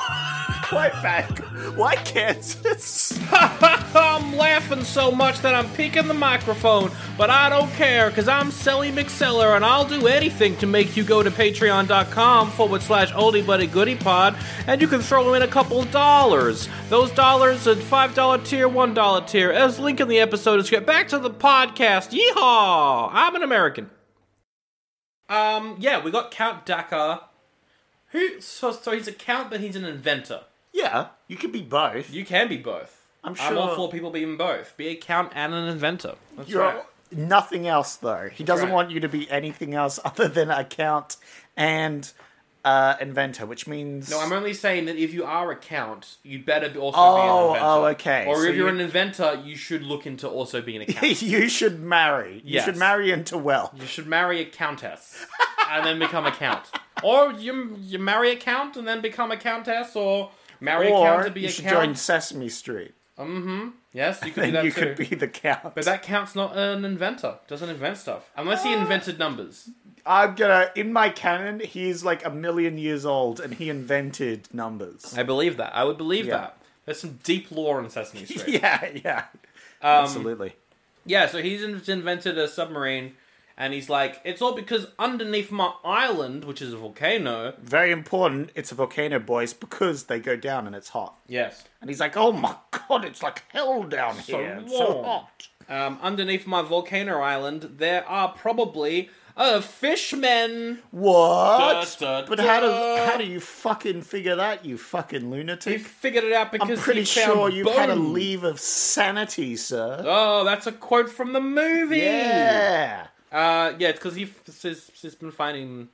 [SPEAKER 2] Why back? Why Kansas?
[SPEAKER 1] I'm laughing so much that I'm peeking the microphone, but I don't care because I'm Sally McSeller and I'll do anything to make you go to patreon.com forward slash oldie buddy goodie pod and you can throw in a couple of dollars. Those dollars are $5 tier, $1 tier. As link in the episode is get back to the podcast. Yeehaw! I'm an American. Um, yeah, we got Count Dakar. Who? So, so he's a count, but he's an inventor.
[SPEAKER 2] Yeah, you could be both.
[SPEAKER 1] You can be both.
[SPEAKER 2] I'm
[SPEAKER 1] I'm all
[SPEAKER 2] sure-
[SPEAKER 1] for people being both. Be a count and an inventor. That's
[SPEAKER 2] You're
[SPEAKER 1] right.
[SPEAKER 2] nothing else though. He doesn't
[SPEAKER 1] right.
[SPEAKER 2] want you to be anything else other than a count and uh, inventor, which means
[SPEAKER 1] No, I'm only saying that if you are a count, you'd better be- also
[SPEAKER 2] Oh,
[SPEAKER 1] be an inventor.
[SPEAKER 2] oh, okay.
[SPEAKER 1] Or
[SPEAKER 2] So
[SPEAKER 1] if you're
[SPEAKER 2] you-
[SPEAKER 1] an inventor, you should look into also being a count.
[SPEAKER 2] you should marry. You
[SPEAKER 1] Yes.
[SPEAKER 2] should marry into wealth.
[SPEAKER 1] You should marry a countess and then become a count. Or you you marry a count and then become a countess, or marry a count
[SPEAKER 2] Or
[SPEAKER 1] to be
[SPEAKER 2] you
[SPEAKER 1] a
[SPEAKER 2] should
[SPEAKER 1] count.
[SPEAKER 2] join Sesame Street.
[SPEAKER 1] Yes, you could do
[SPEAKER 2] Then
[SPEAKER 1] that
[SPEAKER 2] you
[SPEAKER 1] too.
[SPEAKER 2] could be the count.
[SPEAKER 1] But that count's not an inventor. Doesn't invent stuff unless
[SPEAKER 2] Ah.
[SPEAKER 1] he invented numbers.
[SPEAKER 2] I'm gonna in my canon, he's like a million years old and he invented numbers.
[SPEAKER 1] I believe that. I would believe
[SPEAKER 2] Yeah.
[SPEAKER 1] that. There's some deep lore in Sesame Street.
[SPEAKER 2] Yeah, yeah.
[SPEAKER 1] Um,
[SPEAKER 2] Absolutely.
[SPEAKER 1] Yeah, so he's in- invented a submarine, and he's like, it's all because underneath my island, which is a volcano.
[SPEAKER 2] Very important, it's a volcano boys, because they go down and it's hot.
[SPEAKER 1] Yes.
[SPEAKER 2] And he's like, Oh my god, it's like hell down here. It's so
[SPEAKER 1] warm."
[SPEAKER 2] hot.
[SPEAKER 1] Um, underneath my volcano island, there are probably uh, fishmen.
[SPEAKER 2] What?
[SPEAKER 1] Da, da,
[SPEAKER 2] but how
[SPEAKER 1] da.
[SPEAKER 2] do how do you fucking figure that, you fucking
[SPEAKER 1] He
[SPEAKER 2] lunatic?
[SPEAKER 1] figured it out because
[SPEAKER 2] I'm pretty
[SPEAKER 1] he found
[SPEAKER 2] sure you've had a
[SPEAKER 1] bones.
[SPEAKER 2] leave of sanity, sir.
[SPEAKER 1] Oh, that's a quote from the movie.
[SPEAKER 2] Yeah.
[SPEAKER 1] Uh, yeah, it's because he's, he's been finding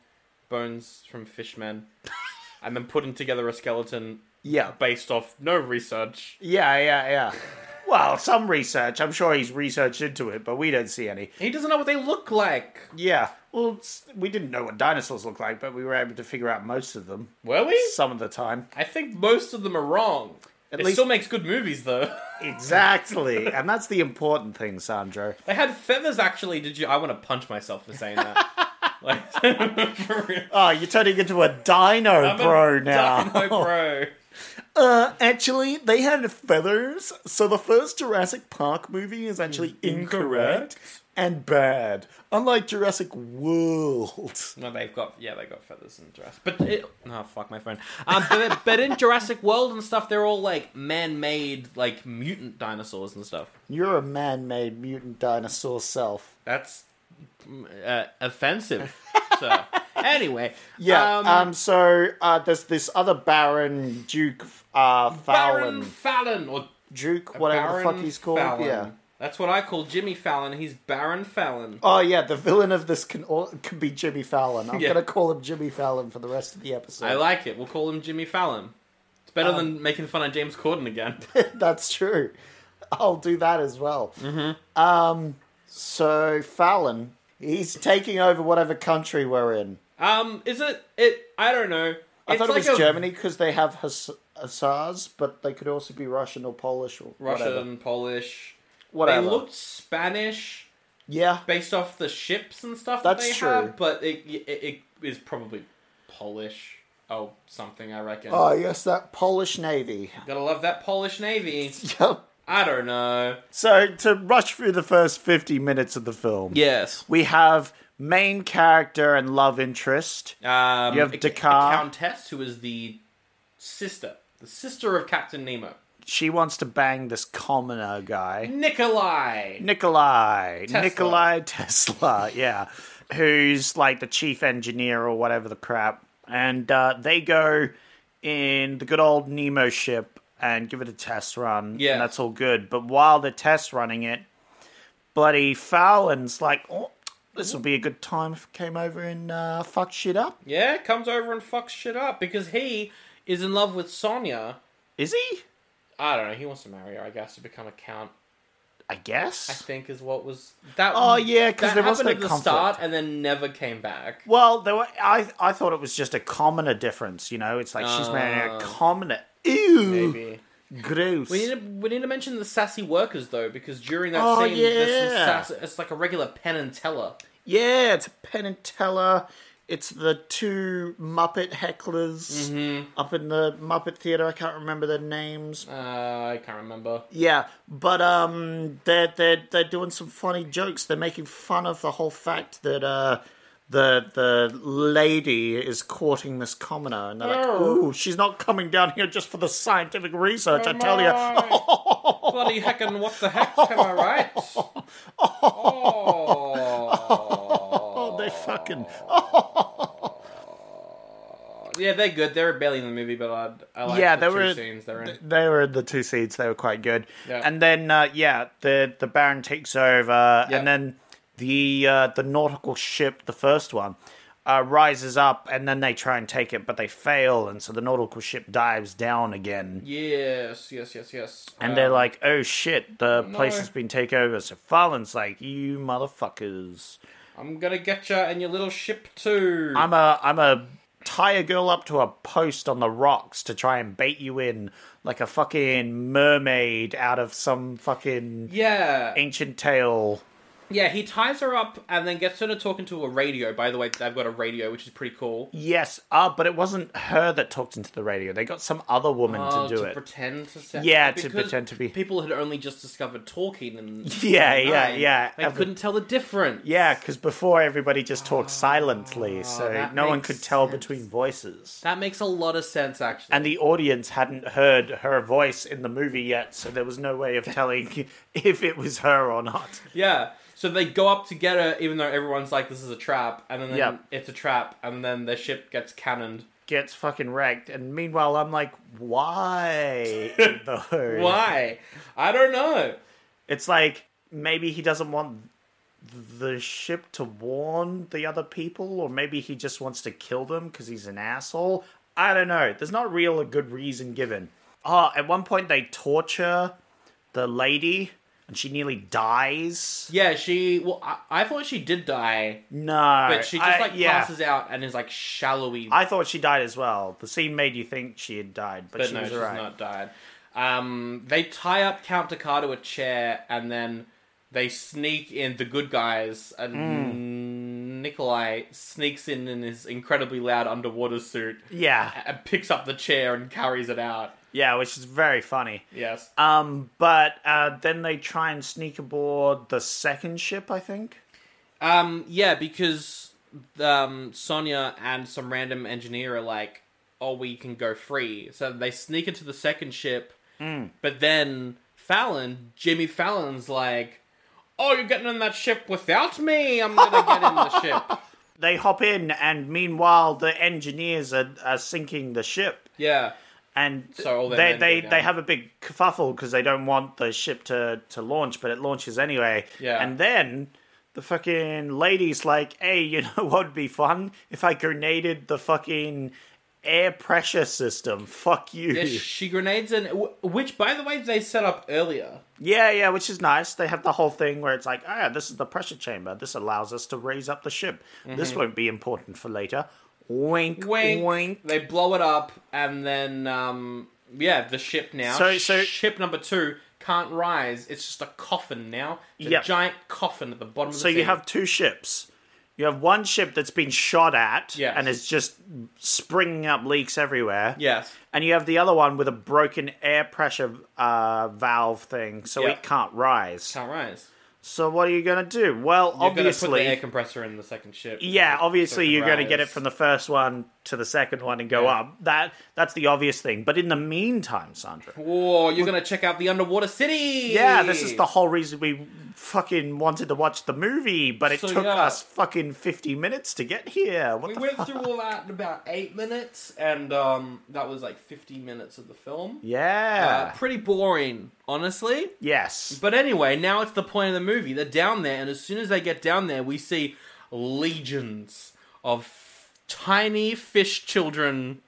[SPEAKER 1] bones from fishmen, and then putting together a skeleton
[SPEAKER 2] Yeah.
[SPEAKER 1] based off no research.
[SPEAKER 2] Yeah, yeah, yeah. Well, some research. I'm sure he's researched into it, but we don't see any.
[SPEAKER 1] He doesn't know what they look like.
[SPEAKER 2] Yeah. Well, it's, we didn't know what dinosaurs looked like, but we were able to figure out most of them.
[SPEAKER 1] Were we?
[SPEAKER 2] Some of the time.
[SPEAKER 1] I think most of them are wrong. it
[SPEAKER 2] least-
[SPEAKER 1] still makes good movies, though.
[SPEAKER 2] Exactly. and that's the important thing, Sandro.
[SPEAKER 1] they had feathers, actually. Did you? I want to punch myself for saying that. like, for real.
[SPEAKER 2] Oh, you're turning into a dino bro now.
[SPEAKER 1] Dino bro.
[SPEAKER 2] Uh, actually, they had feathers, so the first Jurassic Park movie is actually incorrect,
[SPEAKER 1] Mm, incorrect.
[SPEAKER 2] and bad. Unlike Jurassic World.
[SPEAKER 1] No, they've got yeah, they got feathers in Jurassic. But it, oh fuck my phone. Um, but, but in Jurassic World and stuff, they're all like man-made, like mutant dinosaurs and stuff.
[SPEAKER 2] You're a man-made mutant dinosaur self.
[SPEAKER 1] That's mm, uh, offensive. so anyway,
[SPEAKER 2] Yeah.
[SPEAKER 1] um,
[SPEAKER 2] Um. so uh, there's this other Baron Duke uh, Fallon,
[SPEAKER 1] Baron Fallon or
[SPEAKER 2] Duke, whatever
[SPEAKER 1] Baron
[SPEAKER 2] the fuck he's called.
[SPEAKER 1] Fallon.
[SPEAKER 2] Yeah.
[SPEAKER 1] That's what I call Jimmy Fallon. He's Baron Fallon.
[SPEAKER 2] Oh yeah, the villain of this can all, could be Jimmy Fallon. I'm
[SPEAKER 1] Yeah.
[SPEAKER 2] gonna call him Jimmy Fallon for the rest of the episode.
[SPEAKER 1] I like it. We'll call him Jimmy Fallon. It's
[SPEAKER 2] Um,
[SPEAKER 1] better than making fun of James Corden again.
[SPEAKER 2] That's true. I'll do that as well. Mm-hmm. Um, so Fallon, he's taking over whatever country we're in.
[SPEAKER 1] um, is it? It I don't know.
[SPEAKER 2] I
[SPEAKER 1] it's
[SPEAKER 2] thought
[SPEAKER 1] like
[SPEAKER 2] it
[SPEAKER 1] a
[SPEAKER 2] was Germany because they have Huss- hussars, but they could also be Russian or Polish or
[SPEAKER 1] Russian,
[SPEAKER 2] whatever.
[SPEAKER 1] Polish.
[SPEAKER 2] Whatever.
[SPEAKER 1] They looked Spanish
[SPEAKER 2] yeah,
[SPEAKER 1] based off the ships and stuff that
[SPEAKER 2] That's
[SPEAKER 1] they have,
[SPEAKER 2] true.
[SPEAKER 1] but it, it it is probably Polish. Oh, something I reckon.
[SPEAKER 2] Oh, yes, that Polish Navy.
[SPEAKER 1] Gotta love that Polish navy.
[SPEAKER 2] Yep.
[SPEAKER 1] I don't know.
[SPEAKER 2] So, to rush through the first 50 minutes of the film,
[SPEAKER 1] Yes.
[SPEAKER 2] we have main character and love interest.
[SPEAKER 1] Um,
[SPEAKER 2] You have
[SPEAKER 1] a- a
[SPEAKER 2] Dakar.
[SPEAKER 1] countess who is the sister, the sister of Captain Nemo,
[SPEAKER 2] She wants to bang this commoner guy,
[SPEAKER 1] Nikolai.
[SPEAKER 2] Nikolai.
[SPEAKER 1] Tesla.
[SPEAKER 2] Nikolai Tesla, yeah. Who's like the chief engineer or whatever the crap. And uh, they go in the good old Nemo ship and give it a test run.
[SPEAKER 1] Yeah.
[SPEAKER 2] And that's all good. But while they're test running it, bloody Fallon's like, oh, this would be a good time if I came over and uh, fuck shit up.
[SPEAKER 1] Yeah, comes over and fucks shit up because he is in love with Sonia.
[SPEAKER 2] Is he?
[SPEAKER 1] I don't know. He wants to marry her, I guess, to become a count.
[SPEAKER 2] I guess.
[SPEAKER 1] think is what was that.
[SPEAKER 2] Oh, yeah, 'cause
[SPEAKER 1] that
[SPEAKER 2] there was
[SPEAKER 1] happened
[SPEAKER 2] no
[SPEAKER 1] at the
[SPEAKER 2] conflict.
[SPEAKER 1] start and then never came back.
[SPEAKER 2] Well, there were, I I thought it was just a commoner difference, you know? It's like she's marrying a commoner. Ew.
[SPEAKER 1] Oh. Maybe
[SPEAKER 2] Gross.
[SPEAKER 1] we need to we need to mention the sassy workers though, because during that
[SPEAKER 2] Oh,
[SPEAKER 1] scene, there's some
[SPEAKER 2] yeah.
[SPEAKER 1] sass. It's like a regular pen and teller.
[SPEAKER 2] Yeah, it's Penn and Teller. It's the two Muppet hecklers up in the Muppet Theater. I can't remember their names.
[SPEAKER 1] Uh, I can't remember.
[SPEAKER 2] Yeah, but um, they're they're they're doing some funny jokes. They're making fun of the whole fact that uh, the the lady is courting this commoner, and they're like, "Ooh, she's not coming down here just for the scientific research." I tell you,
[SPEAKER 1] Bloody heck and what the heck? Am I right? Oh,
[SPEAKER 2] oh, they fucking chicken. Oh.
[SPEAKER 1] Yeah, they're good. They're barely in the movie, but I, I like
[SPEAKER 2] yeah,
[SPEAKER 1] the
[SPEAKER 2] they
[SPEAKER 1] two
[SPEAKER 2] were
[SPEAKER 1] scenes they're in.
[SPEAKER 2] th- They were in the two seeds. They were quite good.
[SPEAKER 1] Yeah.
[SPEAKER 2] And then uh, yeah, the the Baron takes over,
[SPEAKER 1] Yeah.
[SPEAKER 2] and then the uh, the nautical ship, the first one, uh, rises up, and then they try and take it, but they fail, and so the nautical ship dives down again.
[SPEAKER 1] yes, yes, yes, yes.
[SPEAKER 2] And
[SPEAKER 1] Uh,
[SPEAKER 2] they're like, "Oh shit, the place
[SPEAKER 1] no.
[SPEAKER 2] has been taken over." So Farland's like, "You motherfuckers,
[SPEAKER 1] I'm gonna get ya and your little ship too.
[SPEAKER 2] I'm a I'm a tie a girl up to a post on the rocks to try and bait you in like a fucking mermaid out of some fucking
[SPEAKER 1] yeah,
[SPEAKER 2] ancient tale."
[SPEAKER 1] yeah. He ties her up and then gets her to talking to a radio. By the way, they've got a radio, which is pretty cool.
[SPEAKER 2] Yes, uh, but it wasn't her that talked into the radio. They got some other woman
[SPEAKER 1] Oh,
[SPEAKER 2] to do it.
[SPEAKER 1] pretend to sound.
[SPEAKER 2] Yeah, to pretend to be-
[SPEAKER 1] People had only just discovered talking and
[SPEAKER 2] Yeah, yeah,
[SPEAKER 1] Nine.
[SPEAKER 2] yeah.
[SPEAKER 1] They
[SPEAKER 2] Ever-
[SPEAKER 1] couldn't tell the difference.
[SPEAKER 2] yeah, because before everybody just talked silently, so
[SPEAKER 1] Oh, that
[SPEAKER 2] no one
[SPEAKER 1] makes
[SPEAKER 2] could tell
[SPEAKER 1] sense.
[SPEAKER 2] between voices.
[SPEAKER 1] that makes a lot of sense actually.
[SPEAKER 2] and the audience hadn't heard her voice in the movie yet, so there was no way of telling if it was her or not.
[SPEAKER 1] Yeah. So they go up to get her, even though everyone's like, "This is a trap," and then
[SPEAKER 2] Yep.
[SPEAKER 1] it's a trap, and then their ship gets cannoned.
[SPEAKER 2] Gets fucking wrecked, and meanwhile, I'm like, why? though?
[SPEAKER 1] Why? I don't know.
[SPEAKER 2] It's like maybe he doesn't want the ship to warn the other people, or maybe he just wants to kill them because he's an asshole. I don't know. There's not real a good reason given. Oh, at one point they torture the lady, and she nearly dies.
[SPEAKER 1] Yeah, she. Well, I, I thought she did die,
[SPEAKER 2] No,
[SPEAKER 1] but she just
[SPEAKER 2] I-
[SPEAKER 1] like
[SPEAKER 2] yeah.
[SPEAKER 1] passes out and is like shallowy,
[SPEAKER 2] I thought she died as well. The scene made you think she had died, but,
[SPEAKER 1] but
[SPEAKER 2] she
[SPEAKER 1] no,
[SPEAKER 2] was
[SPEAKER 1] she's
[SPEAKER 2] alright.
[SPEAKER 1] not died. Um, they tie up Count Dakar to a chair, and then they sneak in the good guys, and
[SPEAKER 2] Hmm.
[SPEAKER 1] Nikolai sneaks in in his incredibly loud underwater suit
[SPEAKER 2] Yeah,
[SPEAKER 1] and picks up the chair and carries it out.
[SPEAKER 2] yeah, which is very funny.
[SPEAKER 1] Yes.
[SPEAKER 2] Um, but uh, then they try and sneak aboard the second ship, I think.
[SPEAKER 1] Um, yeah, because um, Sonia and some random engineer are like, "Oh, we can go free." So they sneak into the second ship, but then Fallon, Jimmy Fallon's like, "Oh, you're getting in that ship without me. I'm gonna get in the ship."
[SPEAKER 2] They hop in, and meanwhile, the engineers are, are sinking the ship.
[SPEAKER 1] Yeah,
[SPEAKER 2] And
[SPEAKER 1] So all their
[SPEAKER 2] they
[SPEAKER 1] men
[SPEAKER 2] they,
[SPEAKER 1] go down.
[SPEAKER 2] they have a big kerfuffle because they don't want the ship to, to launch, but it launches anyway.
[SPEAKER 1] Yeah.
[SPEAKER 2] And then the fucking lady's like, hey, you know what would be fun? If I grenaded the fucking air pressure system. Fuck you.
[SPEAKER 1] Yeah, she grenades in, wh- which, by the way, they set up earlier.
[SPEAKER 2] Yeah, yeah, which is nice. They have the whole thing where it's like, ah, this is the pressure chamber. This allows us to raise up the ship. This won't be important for later. Wink, wink.
[SPEAKER 1] Mm-hmm. Wink. They blow it up, and then um, yeah, the ship now.
[SPEAKER 2] So- so-
[SPEAKER 1] ship number two can't rise. It's just a coffin now. It's
[SPEAKER 2] Yep.
[SPEAKER 1] a giant coffin at the bottom. of the
[SPEAKER 2] So you
[SPEAKER 1] sea.
[SPEAKER 2] have two ships. You have one ship that's been shot at
[SPEAKER 1] Yes.
[SPEAKER 2] and is just springing up leaks everywhere.
[SPEAKER 1] yes,
[SPEAKER 2] And you have the other one with a broken air pressure uh, valve thing, so
[SPEAKER 1] Yeah.
[SPEAKER 2] it can't rise.
[SPEAKER 1] can't rise.
[SPEAKER 2] So what are you going to do? Well,
[SPEAKER 1] You're gonna put
[SPEAKER 2] obviously,
[SPEAKER 1] the air compressor in the second ship.
[SPEAKER 2] yeah,
[SPEAKER 1] so it
[SPEAKER 2] obviously
[SPEAKER 1] can
[SPEAKER 2] you're going to
[SPEAKER 1] rise.
[SPEAKER 2] get it from the first one to the second one and go
[SPEAKER 1] Yeah.
[SPEAKER 2] up. That that's the obvious thing. But in the meantime, Sandra,
[SPEAKER 1] Whoa, you're gonna check out the underwater city.
[SPEAKER 2] Yeah, this is the whole reason we fucking wanted to watch the movie, but it
[SPEAKER 1] So,
[SPEAKER 2] took
[SPEAKER 1] yeah.
[SPEAKER 2] us fucking 50 minutes to get here. What
[SPEAKER 1] We
[SPEAKER 2] the
[SPEAKER 1] went
[SPEAKER 2] fuck?
[SPEAKER 1] through all that in about eight minutes, and um, that was like 50 minutes of the film.
[SPEAKER 2] Yeah.
[SPEAKER 1] Uh, pretty boring, honestly.
[SPEAKER 2] yes.
[SPEAKER 1] But anyway, now it's the point of the movie. They're down there, and as soon as they get down there, we see legions of tiny fish children.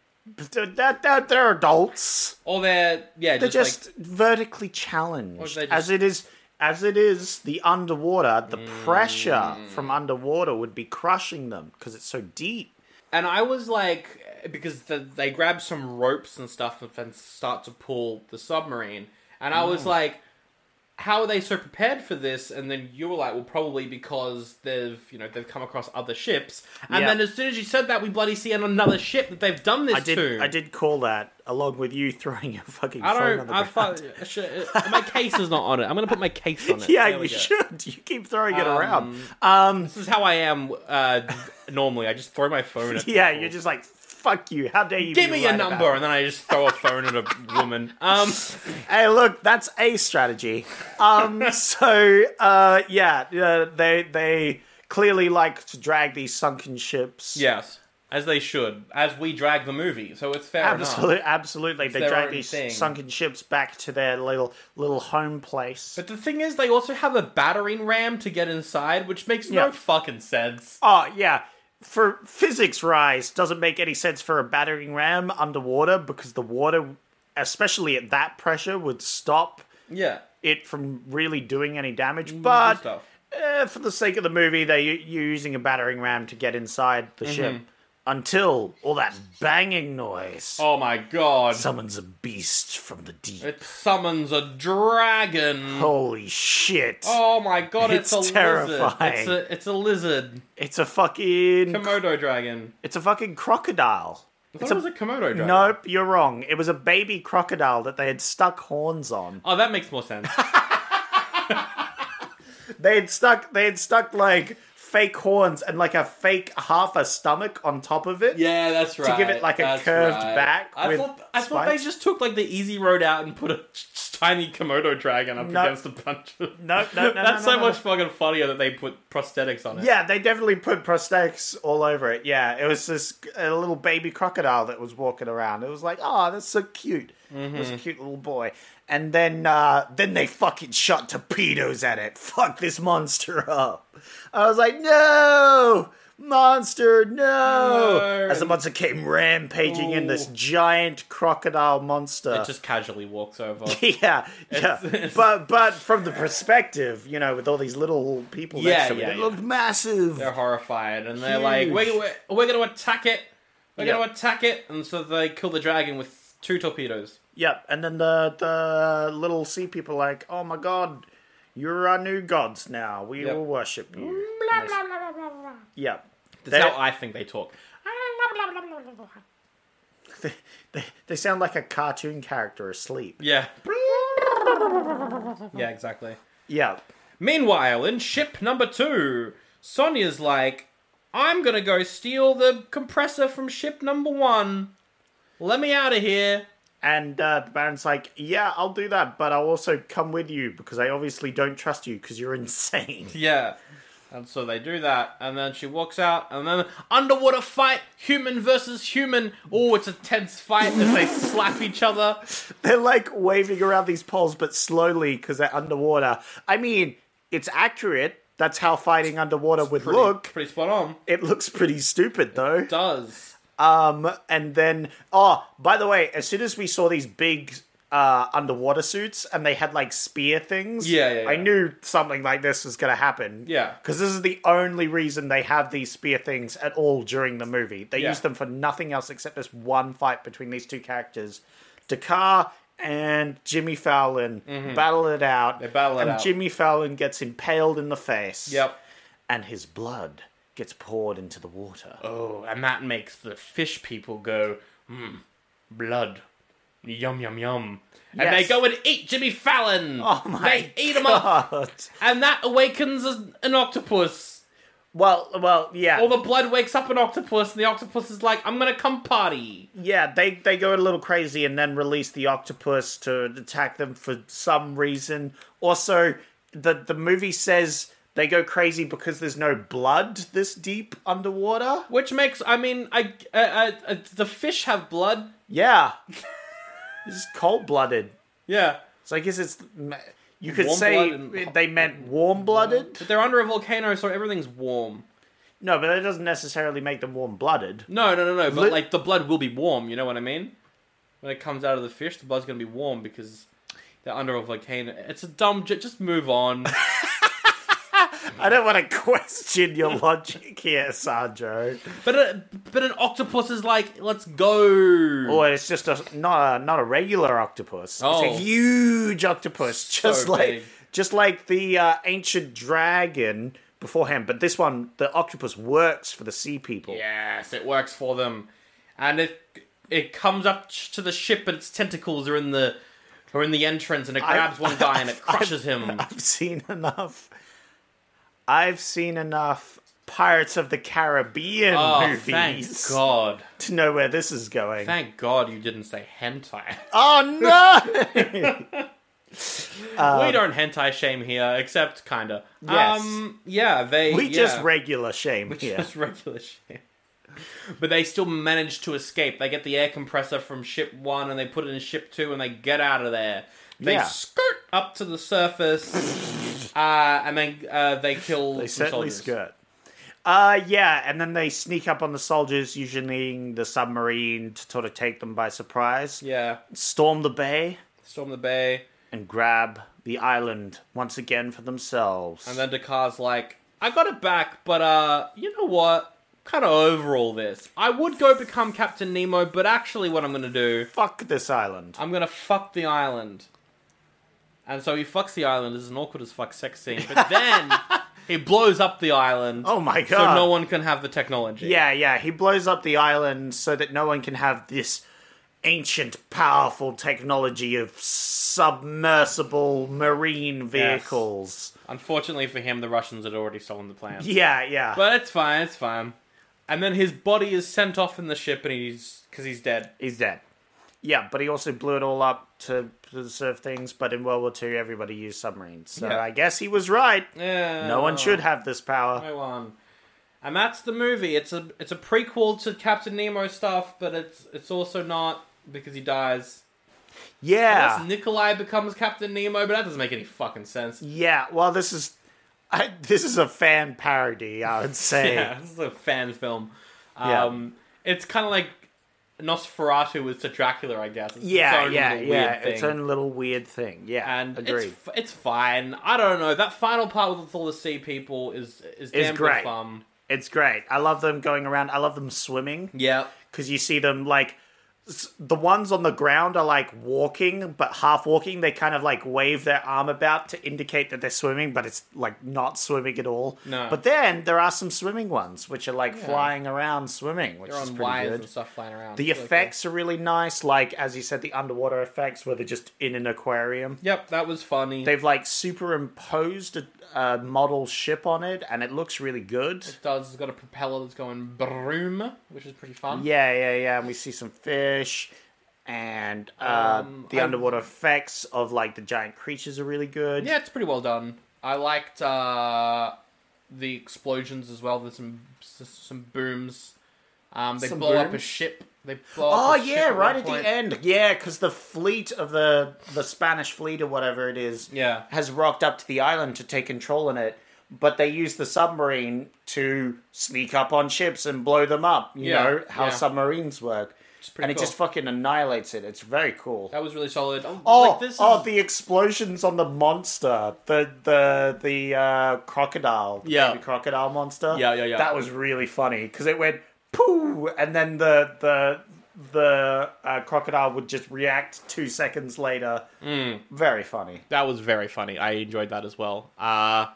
[SPEAKER 2] Th- that, that, they're adults.
[SPEAKER 1] Or they're yeah,
[SPEAKER 2] They're
[SPEAKER 1] just,
[SPEAKER 2] just,
[SPEAKER 1] like,
[SPEAKER 2] vertically challenged.
[SPEAKER 1] they just-
[SPEAKER 2] As it is as it is the underwater, the pressure
[SPEAKER 1] Mm.
[SPEAKER 2] from underwater would be crushing them because it's so deep.
[SPEAKER 1] and I was like, because the, they grab some ropes and stuff and then start to pull the submarine, and I
[SPEAKER 2] Oh.
[SPEAKER 1] was like, how are they so prepared for this? And then you were like, well, probably because they've you know they've come across other ships, and
[SPEAKER 2] Yeah.
[SPEAKER 1] then as soon as you said that, we bloody see another ship that they've done this
[SPEAKER 2] I did
[SPEAKER 1] to.
[SPEAKER 2] I did call that along with you throwing your fucking
[SPEAKER 1] I
[SPEAKER 2] phone on
[SPEAKER 1] don't.
[SPEAKER 2] the
[SPEAKER 1] I
[SPEAKER 2] ground.
[SPEAKER 1] fu- I should, uh, my case is not on it. I'm gonna put my case on it.
[SPEAKER 2] yeah,
[SPEAKER 1] There
[SPEAKER 2] you
[SPEAKER 1] we go. Um,
[SPEAKER 2] should. You keep throwing it around.
[SPEAKER 1] This is how I am uh, normally. I just throw my phone at.
[SPEAKER 2] Yeah,
[SPEAKER 1] people.
[SPEAKER 2] you're just like, fuck you. How dare you?
[SPEAKER 1] give
[SPEAKER 2] be
[SPEAKER 1] me your
[SPEAKER 2] right about
[SPEAKER 1] number, and then I just throw a phone at a woman. Um,
[SPEAKER 2] it? Hey, look, that's a strategy. Um, so uh, yeah, uh, they they clearly like to drag these sunken ships.
[SPEAKER 1] Yes, as they should, as we drag the movie. So it's fair
[SPEAKER 2] Absolutely,
[SPEAKER 1] enough.
[SPEAKER 2] absolutely. They
[SPEAKER 1] their
[SPEAKER 2] drag
[SPEAKER 1] own
[SPEAKER 2] these
[SPEAKER 1] thing.
[SPEAKER 2] sunken ships back to their little little home place.
[SPEAKER 1] But the thing is, they also have a battering ram to get inside, which makes
[SPEAKER 2] Yeah.
[SPEAKER 1] no fucking sense.
[SPEAKER 2] Oh yeah. For physics rise doesn't make any sense for a battering ram underwater because the water especially at that pressure would stop
[SPEAKER 1] Yeah.
[SPEAKER 2] it from really doing any damage. But
[SPEAKER 1] Mm, stuff.
[SPEAKER 2] eh, for the sake of the movie, they're u- using a battering ram to get inside the
[SPEAKER 1] Mm-hmm.
[SPEAKER 2] ship until all that banging noise
[SPEAKER 1] Oh my god.
[SPEAKER 2] summons a beast from the deep.
[SPEAKER 1] it summons a dragon.
[SPEAKER 2] Holy shit!
[SPEAKER 1] Oh my god, it's,
[SPEAKER 2] It's
[SPEAKER 1] a
[SPEAKER 2] terrifying.
[SPEAKER 1] lizard. It's a, it's a lizard.
[SPEAKER 2] It's a fucking
[SPEAKER 1] Komodo dragon.
[SPEAKER 2] it's a fucking crocodile.
[SPEAKER 1] I thought it was a Komodo dragon.
[SPEAKER 2] Nope, you're wrong. It was a baby crocodile that they had stuck horns on.
[SPEAKER 1] Oh, that makes more sense.
[SPEAKER 2] They had stuck they had stuck like fake horns and like a fake half a stomach on top of it.
[SPEAKER 1] yeah, that's right.
[SPEAKER 2] To give it, like, a
[SPEAKER 1] that's
[SPEAKER 2] curved
[SPEAKER 1] right.
[SPEAKER 2] back
[SPEAKER 1] I
[SPEAKER 2] with
[SPEAKER 1] thought, I thought they
[SPEAKER 2] spikes.
[SPEAKER 1] just took like the easy road out and put a tiny Komodo dragon up
[SPEAKER 2] No.
[SPEAKER 1] against a bunch of.
[SPEAKER 2] No, no, no.
[SPEAKER 1] that's
[SPEAKER 2] no,
[SPEAKER 1] so
[SPEAKER 2] no, no.
[SPEAKER 1] much fucking funnier that they put prosthetics on it.
[SPEAKER 2] Yeah, they definitely put prosthetics all over it. Yeah, it was this a little baby crocodile that was walking around. It was like, oh, that's so cute. It was a
[SPEAKER 1] Mm-hmm.
[SPEAKER 2] cute little boy. And then, uh, then they fucking shot torpedoes at it. Fuck this monster up. I was like, no, monster, no.
[SPEAKER 1] No.
[SPEAKER 2] As the monster came rampaging in, this
[SPEAKER 1] Ooh.
[SPEAKER 2] giant crocodile monster.
[SPEAKER 1] It just casually walks over.
[SPEAKER 2] Yeah, yeah, but but from the perspective, you know, with all these little people
[SPEAKER 1] Yeah,
[SPEAKER 2] next to it,
[SPEAKER 1] yeah,
[SPEAKER 2] it
[SPEAKER 1] yeah.
[SPEAKER 2] looked massive.
[SPEAKER 1] they're horrified and they're like,
[SPEAKER 2] Huge.
[SPEAKER 1] we're, we're, we're going to attack it. We're
[SPEAKER 2] Yeah.
[SPEAKER 1] going to attack it. And so they kill the dragon with two torpedoes.
[SPEAKER 2] Yep, and then the the little sea people are like, oh my god, you're our new gods now. We
[SPEAKER 1] Yep.
[SPEAKER 2] will worship you. And they- Yep. They,
[SPEAKER 1] That's how I think they talk.
[SPEAKER 2] they, they sound like a cartoon character asleep.
[SPEAKER 1] Yeah. yeah, exactly.
[SPEAKER 2] Yep.
[SPEAKER 1] Meanwhile, in ship number two, Sonia's like, I'm going to go steal the compressor from ship number one. Let me out of here.
[SPEAKER 2] And uh, the Baron's like, yeah, I'll do that, but I'll also come with you because I obviously don't trust you because you're insane.
[SPEAKER 1] Yeah. And so they do that, and then she walks out, and then underwater fight, human versus human. Oh, it's a tense fight as they slap each other.
[SPEAKER 2] They're like waving around these poles, but slowly because they're underwater. I mean, it's accurate. That's how fighting underwater would
[SPEAKER 1] Pretty,
[SPEAKER 2] look.
[SPEAKER 1] pretty spot on.
[SPEAKER 2] It looks pretty stupid though.
[SPEAKER 1] Does
[SPEAKER 2] Um, and then oh, by the way, as soon as we saw these big uh underwater suits and they had like spear things,
[SPEAKER 1] Yeah, yeah,
[SPEAKER 2] I
[SPEAKER 1] yeah.
[SPEAKER 2] knew something like this was gonna happen.
[SPEAKER 1] Yeah.
[SPEAKER 2] because this is the only reason they have these spear things at all during the movie. They
[SPEAKER 1] Yeah.
[SPEAKER 2] use them for nothing else except this one fight between these two characters, Dakar. And Jimmy Fallon battle it out. They
[SPEAKER 1] Mm-hmm. battle it
[SPEAKER 2] and
[SPEAKER 1] out.
[SPEAKER 2] Jimmy Fallon gets impaled in the face.
[SPEAKER 1] Yep.
[SPEAKER 2] And his blood gets poured into the water.
[SPEAKER 1] oh, and that makes the fish people go, mmm, blood, yum yum yum, and they
[SPEAKER 2] Yes.
[SPEAKER 1] go and eat Jimmy Fallon.
[SPEAKER 2] Oh my
[SPEAKER 1] They eat him up,
[SPEAKER 2] God.
[SPEAKER 1] and that awakens an an octopus.
[SPEAKER 2] Well, well, yeah,
[SPEAKER 1] All the blood wakes up an octopus, and the octopus is like, "I'm gonna come party."
[SPEAKER 2] yeah. They they go a little crazy and then release the octopus to attack them for some reason. Also, the the movie says they go crazy because there's no blood this deep underwater.
[SPEAKER 1] Which makes, I mean, I, uh, uh, uh, the fish have blood.
[SPEAKER 2] Yeah, this is cold blooded.
[SPEAKER 1] Yeah,
[SPEAKER 2] So I guess it's you could
[SPEAKER 1] Warm
[SPEAKER 2] say
[SPEAKER 1] blood and-
[SPEAKER 2] it- they meant warm blooded.
[SPEAKER 1] but they're under a volcano, so everything's warm.
[SPEAKER 2] No, but that doesn't necessarily make them warm blooded.
[SPEAKER 1] No, no, no, no. But
[SPEAKER 2] Lit-
[SPEAKER 1] like the blood will be warm. You know what I mean? When it comes out of the fish, the blood's gonna be warm because they're under a volcano. It's a dumb. J- just move on.
[SPEAKER 2] I don't want to question your logic here, Sandro.
[SPEAKER 1] but a, but an octopus is like, let's go.
[SPEAKER 2] Well, it's just a not a not a regular octopus.
[SPEAKER 1] Oh.
[SPEAKER 2] It's a huge octopus, just like
[SPEAKER 1] big.
[SPEAKER 2] just like the uh, ancient dragon beforehand. But this one, the octopus works for the sea people.
[SPEAKER 1] Yes, it works for them, and it it comes up ch- to the ship, and its tentacles are in the are in the entrance, and it grabs one guy and it crushes him.
[SPEAKER 2] I've seen enough. I've seen enough Pirates of the Caribbean
[SPEAKER 1] Oh,
[SPEAKER 2] movies
[SPEAKER 1] thank God.
[SPEAKER 2] to know where this is going.
[SPEAKER 1] Thank God you didn't say hentai.
[SPEAKER 2] oh no!
[SPEAKER 1] we don't hentai shame here, except kinda.
[SPEAKER 2] Um, Yes.
[SPEAKER 1] Um, yeah, they.
[SPEAKER 2] We
[SPEAKER 1] yeah.
[SPEAKER 2] just regular shame here.
[SPEAKER 1] just regular shit. But they still manage to escape. They get the air compressor from ship one and they put it in ship two and they get out of there. They
[SPEAKER 2] Yeah.
[SPEAKER 1] skirt up to the surface uh, and then uh, they kill
[SPEAKER 2] They
[SPEAKER 1] some
[SPEAKER 2] certainly
[SPEAKER 1] soldiers.
[SPEAKER 2] skirt. Uh, yeah, and then they sneak up on the soldiers, using the submarine to sort of take them by surprise.
[SPEAKER 1] Yeah,
[SPEAKER 2] Storm the bay
[SPEAKER 1] storm the bay.
[SPEAKER 2] and grab the island once again for themselves.
[SPEAKER 1] And then Dakar's like, I got it back, but uh, you know what? Kind of over all this. I would go become Captain Nemo, but actually, what I'm going to do
[SPEAKER 2] Fuck this island.
[SPEAKER 1] I'm gonna fuck the island. And so he fucks the island. It's an awkward as fuck sex scene. But then he blows up the island.
[SPEAKER 2] Oh my
[SPEAKER 1] So
[SPEAKER 2] God.
[SPEAKER 1] no one can have the technology.
[SPEAKER 2] Yeah, yeah, he blows up the island so that no one can have this ancient, powerful technology of submersible marine vehicles.
[SPEAKER 1] Unfortunately for him, the Russians had already stolen the plan.
[SPEAKER 2] Yeah, yeah.
[SPEAKER 1] But it's fine. It's fine. And then his body is sent off in the ship, and he's because he's dead.
[SPEAKER 2] He's dead. Yeah, but he also blew it all up to preserve things. But in World War II, everybody used submarines. So
[SPEAKER 1] Yeah.
[SPEAKER 2] I guess he was right.
[SPEAKER 1] Yeah.
[SPEAKER 2] No one should have this power.
[SPEAKER 1] No one. And that's the movie. It's a it's a prequel to Captain Nemo stuff, but it's it's also not because he dies. Unless
[SPEAKER 2] Yeah.
[SPEAKER 1] Nikolai becomes Captain Nemo, but that doesn't make any fucking sense.
[SPEAKER 2] Yeah. Well, this is. I, this is a fan parody, I would say.
[SPEAKER 1] Yeah, this is a fan film.
[SPEAKER 2] Yeah.
[SPEAKER 1] Um, It's kind of like Nosferatu is to Dracula, I guess. It's
[SPEAKER 2] yeah,
[SPEAKER 1] its own
[SPEAKER 2] yeah,
[SPEAKER 1] little
[SPEAKER 2] yeah.
[SPEAKER 1] Weird thing.
[SPEAKER 2] Its own little weird thing. Yeah,
[SPEAKER 1] and it's,
[SPEAKER 2] agreed.
[SPEAKER 1] f- it's fine. I don't know. That final part with all the sea people is is damn good
[SPEAKER 2] great.
[SPEAKER 1] fun.
[SPEAKER 2] It's great. I love them going around. I love them swimming.
[SPEAKER 1] Yeah.
[SPEAKER 2] because you see them like s- the ones on the ground are like walking but half walking they kind of like wave their arm about to indicate that they're swimming but it's like not swimming at all
[SPEAKER 1] No.
[SPEAKER 2] but then there are some swimming ones which are like flying around swimming which
[SPEAKER 1] They're
[SPEAKER 2] is
[SPEAKER 1] on
[SPEAKER 2] pretty
[SPEAKER 1] wires
[SPEAKER 2] good
[SPEAKER 1] and stuff flying around.
[SPEAKER 2] the
[SPEAKER 1] It's really
[SPEAKER 2] effects are really nice like as you said the underwater effects where they're just in an aquarium
[SPEAKER 1] cool. Yep, that was funny.
[SPEAKER 2] they've like superimposed a, a model ship on it and it looks really good
[SPEAKER 1] does it's got a propeller that's going broom, which is pretty fun.
[SPEAKER 2] Yeah, yeah, yeah. And we see some fish, and uh,
[SPEAKER 1] Um,
[SPEAKER 2] the underwater effects of like the giant creatures are really good.
[SPEAKER 1] Yeah, it's pretty well done. I liked uh, the explosions as well. There's some s- some booms. Um, they
[SPEAKER 2] Some
[SPEAKER 1] blow up a
[SPEAKER 2] booms?
[SPEAKER 1] ship. They blow up
[SPEAKER 2] Oh
[SPEAKER 1] a ship
[SPEAKER 2] yeah,
[SPEAKER 1] one
[SPEAKER 2] right at
[SPEAKER 1] point.
[SPEAKER 2] the end. Yeah, because the fleet of the the Spanish fleet or whatever it is,
[SPEAKER 1] Yeah.
[SPEAKER 2] has rocked up to the island to take control in it. But they use the submarine to sneak up on ships and blow them up. You
[SPEAKER 1] Yeah,
[SPEAKER 2] know how
[SPEAKER 1] yeah.
[SPEAKER 2] submarines work,
[SPEAKER 1] pretty
[SPEAKER 2] and it
[SPEAKER 1] cool.
[SPEAKER 2] just fucking annihilates it. It's very cool.
[SPEAKER 1] That was really solid.
[SPEAKER 2] Oh,
[SPEAKER 1] like, this
[SPEAKER 2] oh
[SPEAKER 1] is-
[SPEAKER 2] the explosions on the monster, the the the uh, crocodile, the
[SPEAKER 1] Yeah.
[SPEAKER 2] baby crocodile monster.
[SPEAKER 1] Yeah, yeah, yeah.
[SPEAKER 2] That was really funny because it went poo, and then the the the uh, crocodile would just react two seconds later.
[SPEAKER 1] Mm.
[SPEAKER 2] Very funny.
[SPEAKER 1] that was very funny. I enjoyed that as well. Uh,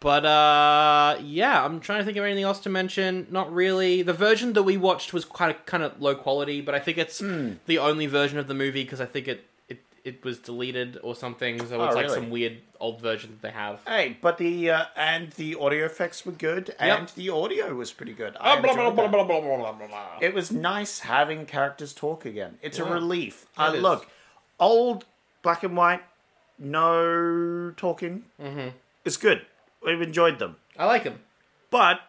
[SPEAKER 1] but uh, yeah, I'm trying to think of anything else to mention. Not really. The version that we watched was quite kind of low quality, but I think it's
[SPEAKER 2] Hmm.
[SPEAKER 1] the only version of the movie because I think it, it it was deleted or something. So it's like
[SPEAKER 2] Oh, really?
[SPEAKER 1] some weird old version that they have.
[SPEAKER 2] Hey, but the uh, and the audio effects were good, and
[SPEAKER 1] Yep. Ah,
[SPEAKER 2] the audio was pretty good. I enjoyed that. It was nice having characters talk again. It's a relief. I
[SPEAKER 1] is.
[SPEAKER 2] look, old black and white, no talking. Mm-hmm. It's good. We've enjoyed them,
[SPEAKER 1] I like them.
[SPEAKER 2] but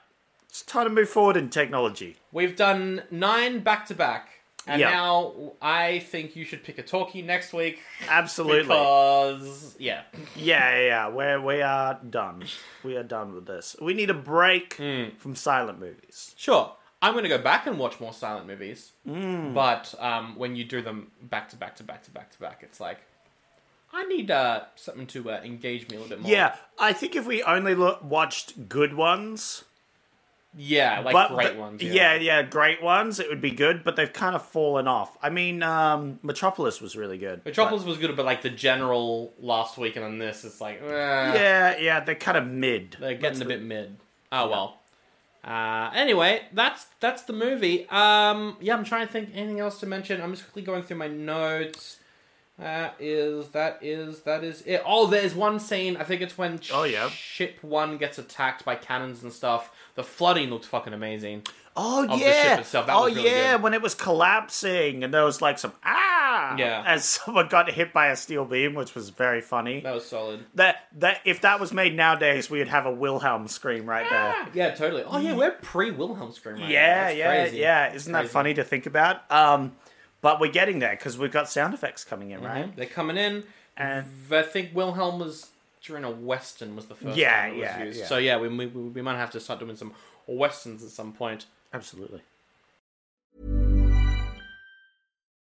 [SPEAKER 2] it's time to move forward in technology.
[SPEAKER 1] We've done nine back to back, and
[SPEAKER 2] Yeah.
[SPEAKER 1] now I think you should pick a talkie next week
[SPEAKER 2] Absolutely.
[SPEAKER 1] because yeah,
[SPEAKER 2] Yeah, yeah, yeah. We're, we are done. We are done with this. We need a break
[SPEAKER 1] Hmm.
[SPEAKER 2] from silent movies.
[SPEAKER 1] sure. I'm gonna go back and watch more silent movies,
[SPEAKER 2] Mm.
[SPEAKER 1] but um, when you do them back to back to back to back to back, it's like I need uh, something to uh, engage me a little bit more.
[SPEAKER 2] Yeah, I think if we only lo- watched good ones,
[SPEAKER 1] yeah, like great
[SPEAKER 2] the-
[SPEAKER 1] ones.
[SPEAKER 2] yeah. yeah, great ones. It would be good, but they've kind of fallen off. I mean, um, Metropolis was really good.
[SPEAKER 1] Metropolis was good, but like the general last week and then this, it's like eh,
[SPEAKER 2] but- yeah, yeah, they're kind of mid.
[SPEAKER 1] They're getting a bit mid. Oh well. Uh, anyway, that's that's the movie. Um, yeah, I'm trying to think anything else to mention. I'm just quickly going through my notes. That is that is that is it. Oh, there's one scene. I think it's when
[SPEAKER 2] Oh, yeah.
[SPEAKER 1] ship one gets attacked by cannons and stuff. The flooding looked fucking amazing.
[SPEAKER 2] Oh
[SPEAKER 1] Of the ship
[SPEAKER 2] yeah,
[SPEAKER 1] itself, that
[SPEAKER 2] oh
[SPEAKER 1] was really
[SPEAKER 2] yeah,
[SPEAKER 1] good.
[SPEAKER 2] when it was collapsing and there was like some ah
[SPEAKER 1] Yeah.
[SPEAKER 2] As someone got hit by a steel beam, which was very funny.
[SPEAKER 1] That was solid.
[SPEAKER 2] That that if that was made nowadays, we'd have a Wilhelm scream right there.
[SPEAKER 1] Yeah, totally. Oh yeah, we're pre Wilhelm Scream. Right now.
[SPEAKER 2] Yeah,
[SPEAKER 1] That's
[SPEAKER 2] yeah,
[SPEAKER 1] crazy.
[SPEAKER 2] yeah. Isn't that
[SPEAKER 1] Crazy.
[SPEAKER 2] funny to think about? Um, but we're getting there because we've got sound effects coming in, right?
[SPEAKER 1] Mhm. They're coming in.
[SPEAKER 2] Mm-hmm. And
[SPEAKER 1] I think Wilhelm was during a western was the first.
[SPEAKER 2] Yeah,
[SPEAKER 1] time it was
[SPEAKER 2] yeah,
[SPEAKER 1] used.
[SPEAKER 2] yeah.
[SPEAKER 1] So yeah, we, we we might have to start doing some westerns at some point.
[SPEAKER 2] absolutely.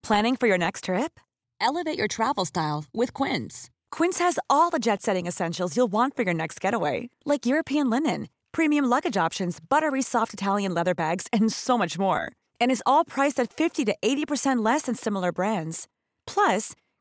[SPEAKER 3] Planning for your next trip? Elevate your travel style with Quince. Quince has all the jet setting essentials you'll want for your next getaway, like European linen, premium luggage options, buttery soft Italian leather bags, and so much more. And is all priced at 50 to 80% less than similar brands. Plus,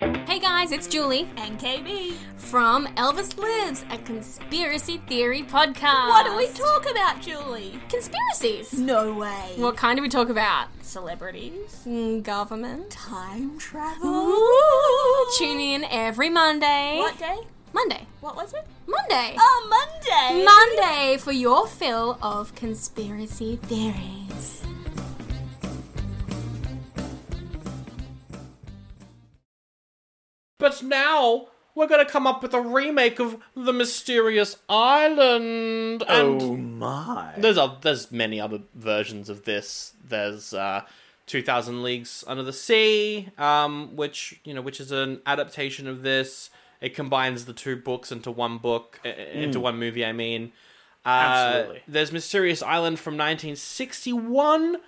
[SPEAKER 4] Hey guys, it's Julie
[SPEAKER 5] And KB.
[SPEAKER 4] from Elvis Lives, a conspiracy theory podcast.
[SPEAKER 5] What do we talk about, Julie?
[SPEAKER 4] Conspiracies.
[SPEAKER 5] No way.
[SPEAKER 4] What kind do we talk about?
[SPEAKER 5] Celebrities?
[SPEAKER 4] Mm, government.
[SPEAKER 5] Time travel?
[SPEAKER 4] Ooh. Tune in every Monday.
[SPEAKER 5] What day?
[SPEAKER 4] Monday.
[SPEAKER 5] What was it?
[SPEAKER 4] Monday.
[SPEAKER 5] Oh, Monday.
[SPEAKER 4] Monday for your fill of conspiracy theories.
[SPEAKER 1] But now we're gonna come up with a remake of the Mysterious Island. And
[SPEAKER 2] Oh my!
[SPEAKER 1] there's a, there's many other versions of this. There's uh, 2000 Leagues Under the Sea, um, which you know, which is an adaptation of this. It combines the two books into one book, i- i- into one movie. I mean, uh,
[SPEAKER 2] Hmm. Absolutely.
[SPEAKER 1] There's Mysterious Island from 1961,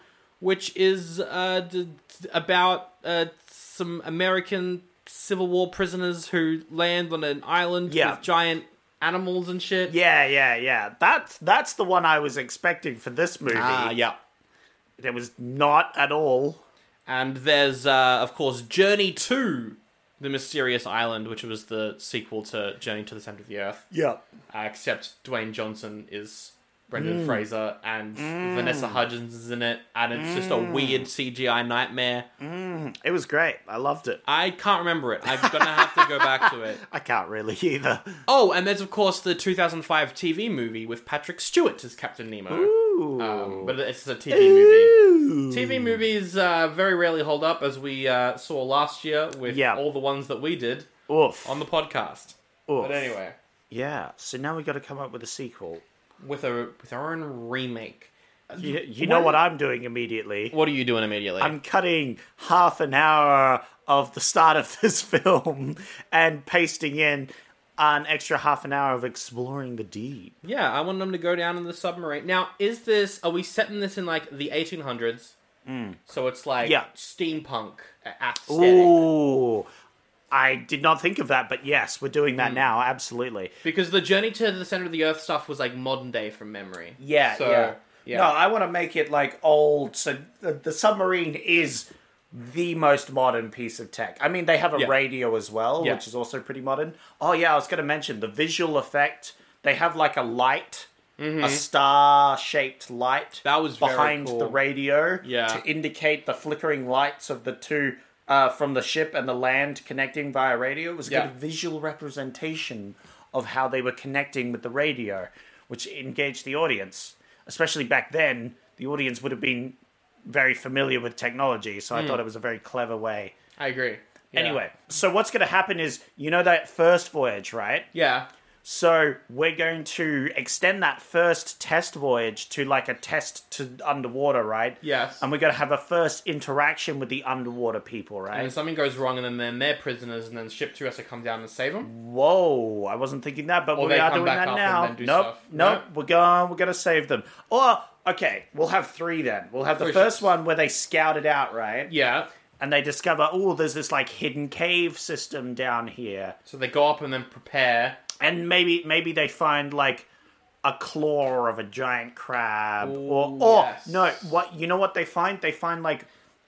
[SPEAKER 1] which is uh, d- d- about uh, some American Civil War prisoners who land on an island
[SPEAKER 2] Yeah.
[SPEAKER 1] with giant animals and shit.
[SPEAKER 2] Yeah, yeah, yeah. That's that's the one I was expecting for this movie.
[SPEAKER 1] Ah, yeah.
[SPEAKER 2] It was not at all.
[SPEAKER 1] And there's, uh, of course, Journey to the Mysterious Island, which was the sequel to Journey to the Center of the Earth.
[SPEAKER 2] Yeah.
[SPEAKER 1] Uh, except Dwayne Johnson is Brendan Fraser and Vanessa Hudgens is in it, and it's just a weird CGI nightmare.
[SPEAKER 2] It was great. I loved it.
[SPEAKER 1] I can't remember it. I'm gonna have to go back to it.
[SPEAKER 2] I can't really either.
[SPEAKER 1] Oh, and there's of course the 2005 TV movie with Patrick Stewart as Captain Nemo. Um, but it's a TV movie.
[SPEAKER 2] Hmm.
[SPEAKER 1] TV movies uh, very rarely hold up, as we uh, saw last year with
[SPEAKER 2] Yeah.
[SPEAKER 1] all the ones that we did
[SPEAKER 2] Oof.
[SPEAKER 1] on the podcast.
[SPEAKER 2] Oof.
[SPEAKER 1] But anyway,
[SPEAKER 2] Yeah. So now we got to come up with a sequel.
[SPEAKER 1] with a with our own remake.
[SPEAKER 2] You, you know what I'm doing immediately?
[SPEAKER 1] What are you doing immediately?
[SPEAKER 2] I'm cutting half an hour of the start of this film and pasting in an extra half an hour of exploring the deep.
[SPEAKER 1] yeah, I want them to go down in the submarine. Now, is this? Are we setting this in like the 1800s? So it's like
[SPEAKER 2] Hmm. Yeah.
[SPEAKER 1] steampunk aesthetic.
[SPEAKER 2] Ooh. I did not think of that, but yes, we're doing that now. Absolutely.
[SPEAKER 1] Because the journey to the center of the earth stuff was like modern day from memory.
[SPEAKER 2] Yeah,
[SPEAKER 1] So,
[SPEAKER 2] yeah,
[SPEAKER 1] yeah.
[SPEAKER 2] No, I want to make it like old. So the, the submarine is the most modern piece of tech. I mean, they have a
[SPEAKER 1] Yeah.
[SPEAKER 2] radio as well,
[SPEAKER 1] Yeah.
[SPEAKER 2] which is also pretty modern. Oh yeah, I was going to mention the visual effect. They have like a light, a star-shaped light
[SPEAKER 1] Mm-hmm. That was very
[SPEAKER 2] behind the
[SPEAKER 1] cool.
[SPEAKER 2] radio
[SPEAKER 1] Yeah.
[SPEAKER 2] to indicate the flickering lights of the two. Uh, from the ship and the land connecting via radio It was a
[SPEAKER 1] Yeah.
[SPEAKER 2] good visual representation of how they were connecting with the radio, which engaged the audience. Especially back then, the audience would have been very familiar with technology, so I thought it was a very clever way.
[SPEAKER 1] I agree. Hmm. Yeah.
[SPEAKER 2] Anyway, so what's going to happen is, you know, that first voyage, right?
[SPEAKER 1] Yeah.
[SPEAKER 2] So we're going to extend that first test voyage to like a test to underwater, right?
[SPEAKER 1] Yes.
[SPEAKER 2] And we're going to have a first interaction with the underwater people, right?
[SPEAKER 1] And then something goes wrong, and then they're, they're prisoners, and then ship two has to come down and save them.
[SPEAKER 2] Whoa, I wasn't thinking that, but
[SPEAKER 1] Or
[SPEAKER 2] we
[SPEAKER 1] they
[SPEAKER 2] are
[SPEAKER 1] come
[SPEAKER 2] doing
[SPEAKER 1] back
[SPEAKER 2] that
[SPEAKER 1] up and
[SPEAKER 2] now.
[SPEAKER 1] then do
[SPEAKER 2] nope,
[SPEAKER 1] stuff.
[SPEAKER 2] nope,
[SPEAKER 1] No?
[SPEAKER 2] we're going. We're going to save them. Or okay, we'll have three then. We'll have the
[SPEAKER 1] Three
[SPEAKER 2] first
[SPEAKER 1] ships.
[SPEAKER 2] one where they scout it out, right?
[SPEAKER 1] Yeah.
[SPEAKER 2] And they discover, oh, there's this like hidden cave system down here,
[SPEAKER 1] So they go up and then prepare.
[SPEAKER 2] and maybe maybe they find like a claw of a giant crab, or or
[SPEAKER 1] yes.
[SPEAKER 2] no, what you know what they find? They find like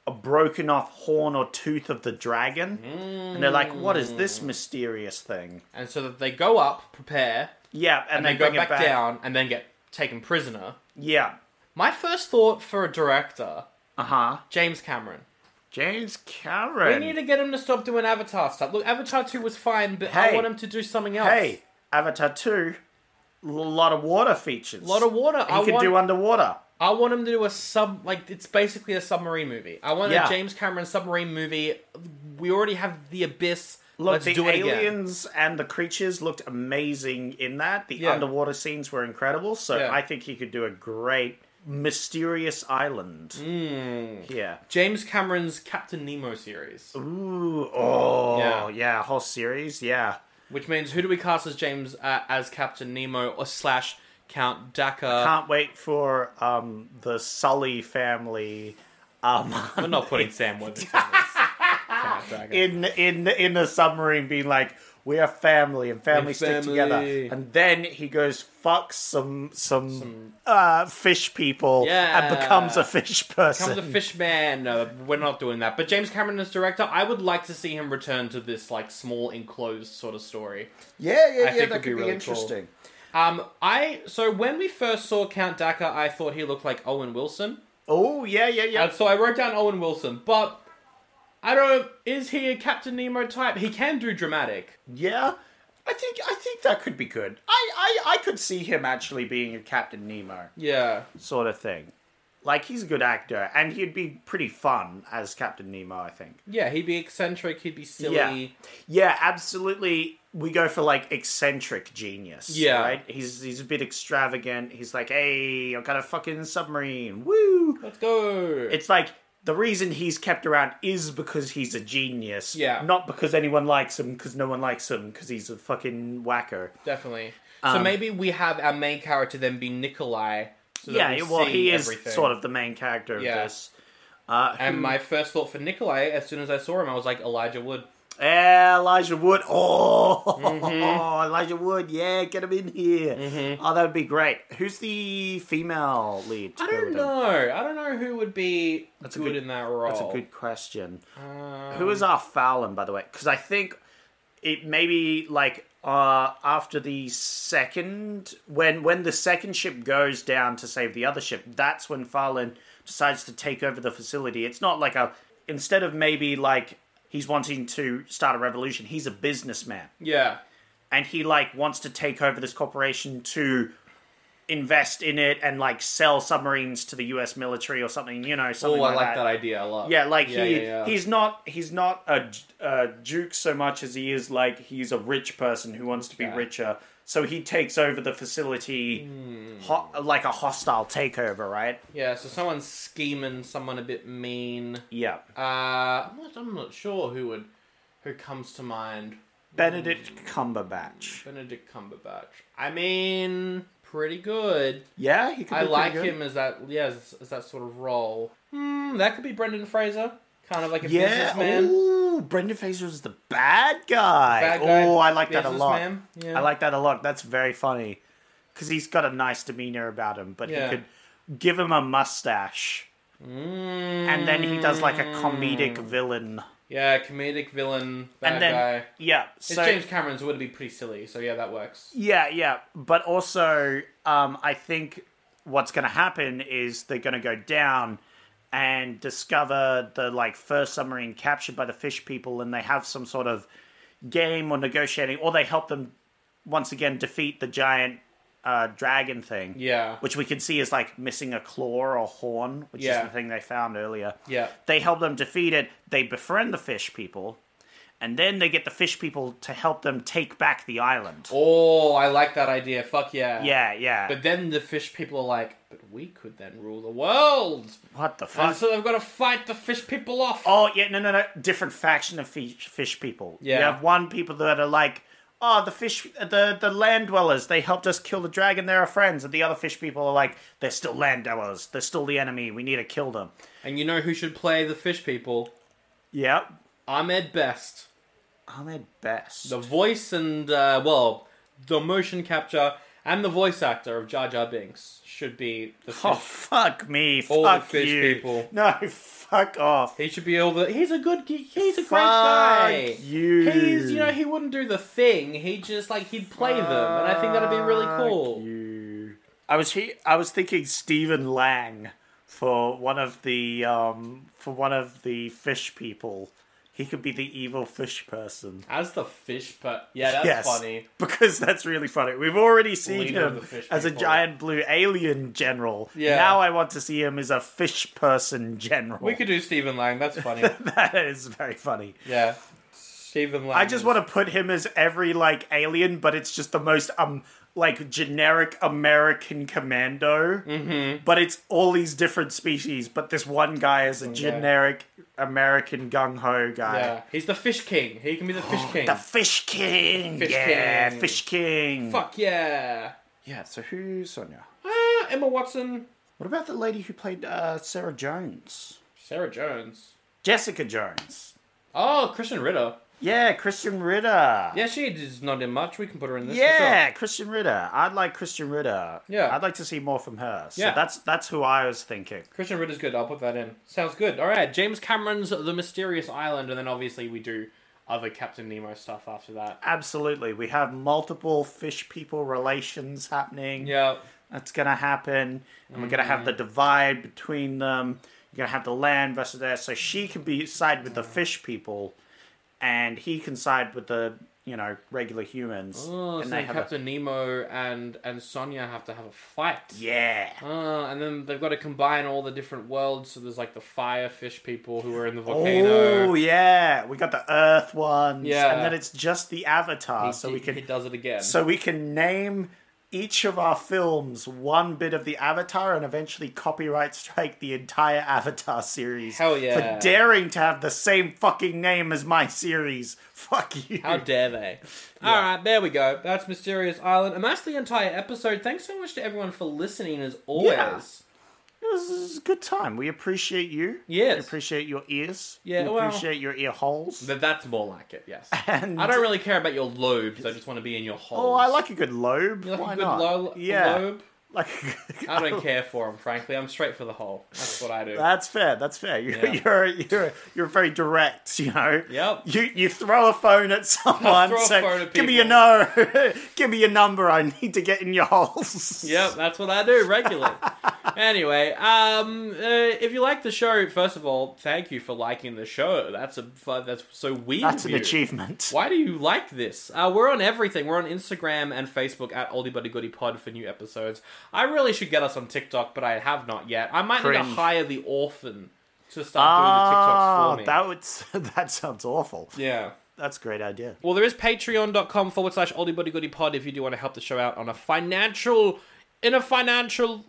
[SPEAKER 2] a broken off horn or tooth of the dragon, and they're like, what is this
[SPEAKER 1] Mm.
[SPEAKER 2] mysterious thing?
[SPEAKER 1] And so that they go up, prepare,
[SPEAKER 2] Yeah, and,
[SPEAKER 1] and,
[SPEAKER 2] they,
[SPEAKER 1] they, go
[SPEAKER 2] bring
[SPEAKER 1] back,
[SPEAKER 2] it back
[SPEAKER 1] down, and then get taken prisoner.
[SPEAKER 2] Yeah.
[SPEAKER 1] My first thought for a director,
[SPEAKER 2] Uh huh.
[SPEAKER 1] James Cameron.
[SPEAKER 2] James Cameron.
[SPEAKER 1] We need to get him to stop doing Avatar stuff. Look, Avatar 2 was fine, but I
[SPEAKER 2] Hey.
[SPEAKER 1] want him to do something else.
[SPEAKER 2] hey, Avatar 2, a lot of water features.
[SPEAKER 1] A lot of water.
[SPEAKER 2] He
[SPEAKER 1] I
[SPEAKER 2] can
[SPEAKER 1] want,
[SPEAKER 2] do underwater.
[SPEAKER 1] I want him to do a sub. Like, it's basically a submarine movie. I want
[SPEAKER 2] Yeah.
[SPEAKER 1] a James Cameron submarine movie. We already have The Abyss.
[SPEAKER 2] Look,
[SPEAKER 1] Let's
[SPEAKER 2] the
[SPEAKER 1] do it again.
[SPEAKER 2] aliens and the creatures looked amazing in that. The
[SPEAKER 1] Yeah.
[SPEAKER 2] underwater scenes were incredible, so
[SPEAKER 1] Yeah.
[SPEAKER 2] I think he could do a great mysterious island.
[SPEAKER 1] Hmm.
[SPEAKER 2] Yeah.
[SPEAKER 1] James Cameron's Captain Nemo series.
[SPEAKER 2] Ooh. Oh.
[SPEAKER 1] Yeah.
[SPEAKER 2] Yeah. Whole series. Yeah.
[SPEAKER 1] Which means who do we cast as James uh, as Captain Nemo or slash Count Daka?
[SPEAKER 2] Can't wait for um the Sully family. Um,
[SPEAKER 1] We're not putting Sam Worthington. as Count Daka.
[SPEAKER 2] in in in the submarine being like we are family and family
[SPEAKER 1] We're
[SPEAKER 2] stick
[SPEAKER 1] family.
[SPEAKER 2] together and then he goes fuck some some, uh fish people
[SPEAKER 1] Yeah.
[SPEAKER 2] and becomes a fish person
[SPEAKER 1] Comes a fish man. No, we're not doing that. But James Cameron as director, I would like to see him return to this like small enclosed sort of story.
[SPEAKER 2] yeah yeah
[SPEAKER 1] think would be really cool. Um, I so when we first saw Count Daka, I thought he looked like Owen Wilson,
[SPEAKER 2] oh yeah yeah yeah
[SPEAKER 1] and so I wrote down Owen Wilson. But I don't. Is he a Captain Nemo type? He can do dramatic.
[SPEAKER 2] yeah I think I think that could be good I, I I could see him actually being a Captain Nemo
[SPEAKER 1] Yeah.
[SPEAKER 2] sort of thing like he's a good actor and he'd be pretty fun as Captain Nemo I think
[SPEAKER 1] Yeah, he'd be eccentric. He'd be silly.
[SPEAKER 2] Yeah. Yeah, absolutely. We go for like eccentric genius.
[SPEAKER 1] Yeah.
[SPEAKER 2] Right? He's he's a bit extravagant. He's like, hey, I've got a fucking submarine. Woo!
[SPEAKER 1] Let's go.
[SPEAKER 2] It's like the reason he's kept around is because he's a genius.
[SPEAKER 1] Yeah.
[SPEAKER 2] Not because anyone likes him, because no one likes him, because he's a fucking whacker.
[SPEAKER 1] Definitely. So maybe we have our main character then be Nikolai. So that
[SPEAKER 2] yeah,
[SPEAKER 1] we
[SPEAKER 2] well,
[SPEAKER 1] see
[SPEAKER 2] he is
[SPEAKER 1] everything.
[SPEAKER 2] sort of the main character of
[SPEAKER 1] Yeah.
[SPEAKER 2] this. Uh,
[SPEAKER 1] And my first thought for Nikolai, as soon as I saw him, I was like Elijah Wood.
[SPEAKER 2] Yeah, Elijah Wood. Oh,
[SPEAKER 1] Mm-hmm.
[SPEAKER 2] Elijah Wood. Yeah, get him in here. Oh, that would be great. Who's the female lead?
[SPEAKER 1] I don't know. I don't know who would be
[SPEAKER 2] That's a
[SPEAKER 1] good,
[SPEAKER 2] good-
[SPEAKER 1] in that role.
[SPEAKER 2] That's a good question.
[SPEAKER 1] Um,
[SPEAKER 2] Who is our Fallon, by the way? Because I think it maybe like uh, after the second, when when the second ship goes down to save the other ship, that's when Fallon decides to take over the facility. It's not like a instead of maybe like he's wanting to start a revolution. He's a businessman.
[SPEAKER 1] Yeah.
[SPEAKER 2] and he like wants to take over this corporation to invest in it and like sell submarines to the US military or something, you know,
[SPEAKER 1] Oh,
[SPEAKER 2] something
[SPEAKER 1] I like that. idea. I love.
[SPEAKER 2] Yeah, like he
[SPEAKER 1] yeah, yeah.
[SPEAKER 2] he's not he's not a, j- a duke so much as he is like he's a rich person who wants to be richer. So he takes over the facility
[SPEAKER 1] Hmm.
[SPEAKER 2] ho- like a hostile takeover, right?
[SPEAKER 1] Yeah, So someone scheming, someone a bit mean.
[SPEAKER 2] Yeah.
[SPEAKER 1] Uh, I'm not. I'm not sure who would, who comes to mind.
[SPEAKER 2] Benedict Cumberbatch.
[SPEAKER 1] Benedict Cumberbatch. I mean, pretty good.
[SPEAKER 2] Yeah, he could
[SPEAKER 1] I
[SPEAKER 2] be pretty
[SPEAKER 1] like
[SPEAKER 2] good.
[SPEAKER 1] him as that, yeah, as, as that sort of role. Hmm, that could be Brendan Fraser, kind of like a
[SPEAKER 2] Yeah.
[SPEAKER 1] businessman.
[SPEAKER 2] Ooh, Brendan Fraser is the bad guy.
[SPEAKER 1] Bad guy,
[SPEAKER 2] oh, I like that a lot.
[SPEAKER 1] businessman, yeah.
[SPEAKER 2] I like that a lot. That's very funny because he's got a nice demeanor about him, but
[SPEAKER 1] Yeah.
[SPEAKER 2] he could give him a mustache, and then he does like a comedic
[SPEAKER 1] Mm.
[SPEAKER 2] villain,
[SPEAKER 1] Yeah, comedic villain, bad
[SPEAKER 2] and then
[SPEAKER 1] guy.
[SPEAKER 2] yeah,
[SPEAKER 1] It's
[SPEAKER 2] so
[SPEAKER 1] James Cameron's would be pretty silly, so yeah, that works.
[SPEAKER 2] yeah, yeah, but also um, I think what's going to happen is they're going to go down. And discover the like first submarine captured by the fish people, and they have some sort of game or negotiating, or they help them once again defeat the giant uh, dragon thing.
[SPEAKER 1] Yeah.
[SPEAKER 2] Which we can see is like missing a claw or horn, which
[SPEAKER 1] Yeah.
[SPEAKER 2] is the thing they found earlier.
[SPEAKER 1] Yeah.
[SPEAKER 2] They help them defeat it, they befriend the fish people, and then they get the fish people to help them take back the island.
[SPEAKER 1] Oh, I like that idea. Fuck yeah.
[SPEAKER 2] Yeah, yeah.
[SPEAKER 1] But then the fish people are like, but we could then rule the world.
[SPEAKER 2] what the fuck?
[SPEAKER 1] And so they've got to fight the fish people off.
[SPEAKER 2] Oh yeah, no, no, no. Different faction of fish, fish people.
[SPEAKER 1] Yeah.
[SPEAKER 2] You have one people that are like, oh, the fish, the the land dwellers. They helped us kill the dragon. They're our friends. And the other fish people are like, they're still land dwellers. They're still the enemy. We need to kill them.
[SPEAKER 1] And you know who should play the fish people?
[SPEAKER 2] Yep.
[SPEAKER 1] Ahmed Best.
[SPEAKER 2] I'm at best.
[SPEAKER 1] the voice and uh, well, the motion capture and the voice actor of Jar Jar Binks should be the
[SPEAKER 2] oh
[SPEAKER 1] fish.
[SPEAKER 2] fuck me.
[SPEAKER 1] All the
[SPEAKER 2] fuck
[SPEAKER 1] fish
[SPEAKER 2] you.
[SPEAKER 1] people.
[SPEAKER 2] No, fuck off.
[SPEAKER 1] He should be all the. He's a good. ge- He's a great
[SPEAKER 2] Fuck
[SPEAKER 1] guy.
[SPEAKER 2] you.
[SPEAKER 1] He's you know he wouldn't do the thing. He just like he'd play them, and I think that'd be really
[SPEAKER 2] Fuck
[SPEAKER 1] cool.
[SPEAKER 2] you. I was he- I was thinking Stephen Lang for one of the um for one of the fish people. He could be the evil fish person.
[SPEAKER 1] As the fish, but yeah, that's
[SPEAKER 2] yes,
[SPEAKER 1] funny.
[SPEAKER 2] because that's really funny. We've already seen
[SPEAKER 1] Leader of
[SPEAKER 2] him
[SPEAKER 1] the fish
[SPEAKER 2] as a
[SPEAKER 1] people.
[SPEAKER 2] giant blue alien general.
[SPEAKER 1] Yeah.
[SPEAKER 2] Now I want to see him as a fish person general.
[SPEAKER 1] We could do Stephen Lang. That's funny.
[SPEAKER 2] that is very funny.
[SPEAKER 1] yeah, Stephen Lang.
[SPEAKER 2] I just want to put him as every like alien, but it's just the most um like generic American commando. Mm-hmm. But it's all these different species. But this one guy is a generic American gung ho guy.
[SPEAKER 1] Yeah, he's the fish king. He can be the fish king.
[SPEAKER 2] The Fish King,
[SPEAKER 1] Fish
[SPEAKER 2] yeah,
[SPEAKER 1] King.
[SPEAKER 2] Fish King.
[SPEAKER 1] Fuck yeah!
[SPEAKER 2] Yeah. So who's Sonya?
[SPEAKER 1] Ah, Emma Watson,
[SPEAKER 2] What about the lady who played uh, Sarah Jones?
[SPEAKER 1] Sarah Jones.
[SPEAKER 2] Jessica Jones.
[SPEAKER 1] Oh, Christian Ritter.
[SPEAKER 2] Yeah, Christian Ritter.
[SPEAKER 1] Yeah, she is not in much. We can put her in this. for
[SPEAKER 2] Yeah, Christian Ritter. I'd like Christian Ritter.
[SPEAKER 1] Yeah.
[SPEAKER 2] I'd like to see more from her. So
[SPEAKER 1] Yeah.
[SPEAKER 2] that's that's who I was thinking.
[SPEAKER 1] Christian Ritter's good. I'll put that in. Sounds good. All right. James Cameron's The Mysterious Island, and then obviously we do other Captain Nemo stuff after that.
[SPEAKER 2] Absolutely. We have multiple fish people relations happening.
[SPEAKER 1] Yeah. Mm-hmm.
[SPEAKER 2] That's gonna happen. And we're gonna have the divide between them. You're gonna have the land versus there. So she can be side
[SPEAKER 1] Mm.
[SPEAKER 2] with the fish people and he can side with the you know, regular humans.
[SPEAKER 1] Oh,
[SPEAKER 2] and
[SPEAKER 1] so
[SPEAKER 2] have
[SPEAKER 1] Captain Nemo and and Sonya have to have a fight.
[SPEAKER 2] a, Yeah.
[SPEAKER 1] Uh, and then they've got to combine all the different worlds. So there's like the fire fish people who are in the volcano.
[SPEAKER 2] Oh yeah, we got the Earth ones,
[SPEAKER 1] Yeah.
[SPEAKER 2] and then it's just the Avatar, so we
[SPEAKER 1] Uh, He-
[SPEAKER 2] can
[SPEAKER 1] he does it again.
[SPEAKER 2] so we can name each of our films one bit of the Avatar, and eventually copyright strike the entire Avatar series.
[SPEAKER 1] Hell yeah.
[SPEAKER 2] For daring to have the same fucking name as my series, fuck you.
[SPEAKER 1] How dare they? All right, there we go. That's Mysterious Island, and that's the entire episode. Thanks so much to everyone for listening, as always.
[SPEAKER 2] Yeah. this is a good time. We appreciate you.
[SPEAKER 1] Yes.
[SPEAKER 2] we appreciate your ears.
[SPEAKER 1] Yeah,
[SPEAKER 2] we
[SPEAKER 1] well-
[SPEAKER 2] appreciate your ear holes.
[SPEAKER 1] Th- that's more like it. Yes.
[SPEAKER 2] And-
[SPEAKER 1] I don't really care about your lobes. I just want to be in your holes.
[SPEAKER 2] Oh, I like a good lobe.
[SPEAKER 1] You like
[SPEAKER 2] Why
[SPEAKER 1] a good
[SPEAKER 2] not?
[SPEAKER 1] lo-
[SPEAKER 2] yeah,
[SPEAKER 1] lobe?
[SPEAKER 2] like a good,
[SPEAKER 1] I don't care for them, frankly. I'm straight for the hole. That's what I do.
[SPEAKER 2] That's fair. That's fair. You're
[SPEAKER 1] Yeah.
[SPEAKER 2] you're, you're you're very direct. You know.
[SPEAKER 1] Yep.
[SPEAKER 2] You you throw a phone at someone.
[SPEAKER 1] throw a
[SPEAKER 2] say,
[SPEAKER 1] phone at
[SPEAKER 2] Give me your no. Give me your number. I need to get in your holes.
[SPEAKER 1] Yep, that's what I do regularly. anyway, um, uh, if you like the show, first of all, thank you for liking the show. That's a fu- that's so weird.
[SPEAKER 2] That's
[SPEAKER 1] of
[SPEAKER 2] an
[SPEAKER 1] you.
[SPEAKER 2] achievement.
[SPEAKER 1] Why do you like this? Uh, we're on everything. We're on Instagram and Facebook at Oldie Buddy Goody Pod for new episodes. I really should get us on TikTok, but I have not yet. I might need to
[SPEAKER 2] Cringe.
[SPEAKER 1] hire the orphan to
[SPEAKER 2] Ah,
[SPEAKER 1] start doing the TikToks for me.
[SPEAKER 2] that would s- that sounds awful.
[SPEAKER 1] yeah.
[SPEAKER 2] That's a great idea.
[SPEAKER 1] Well, there is patreon.com forward slash pod if you do want to help the show out on a financial in a financial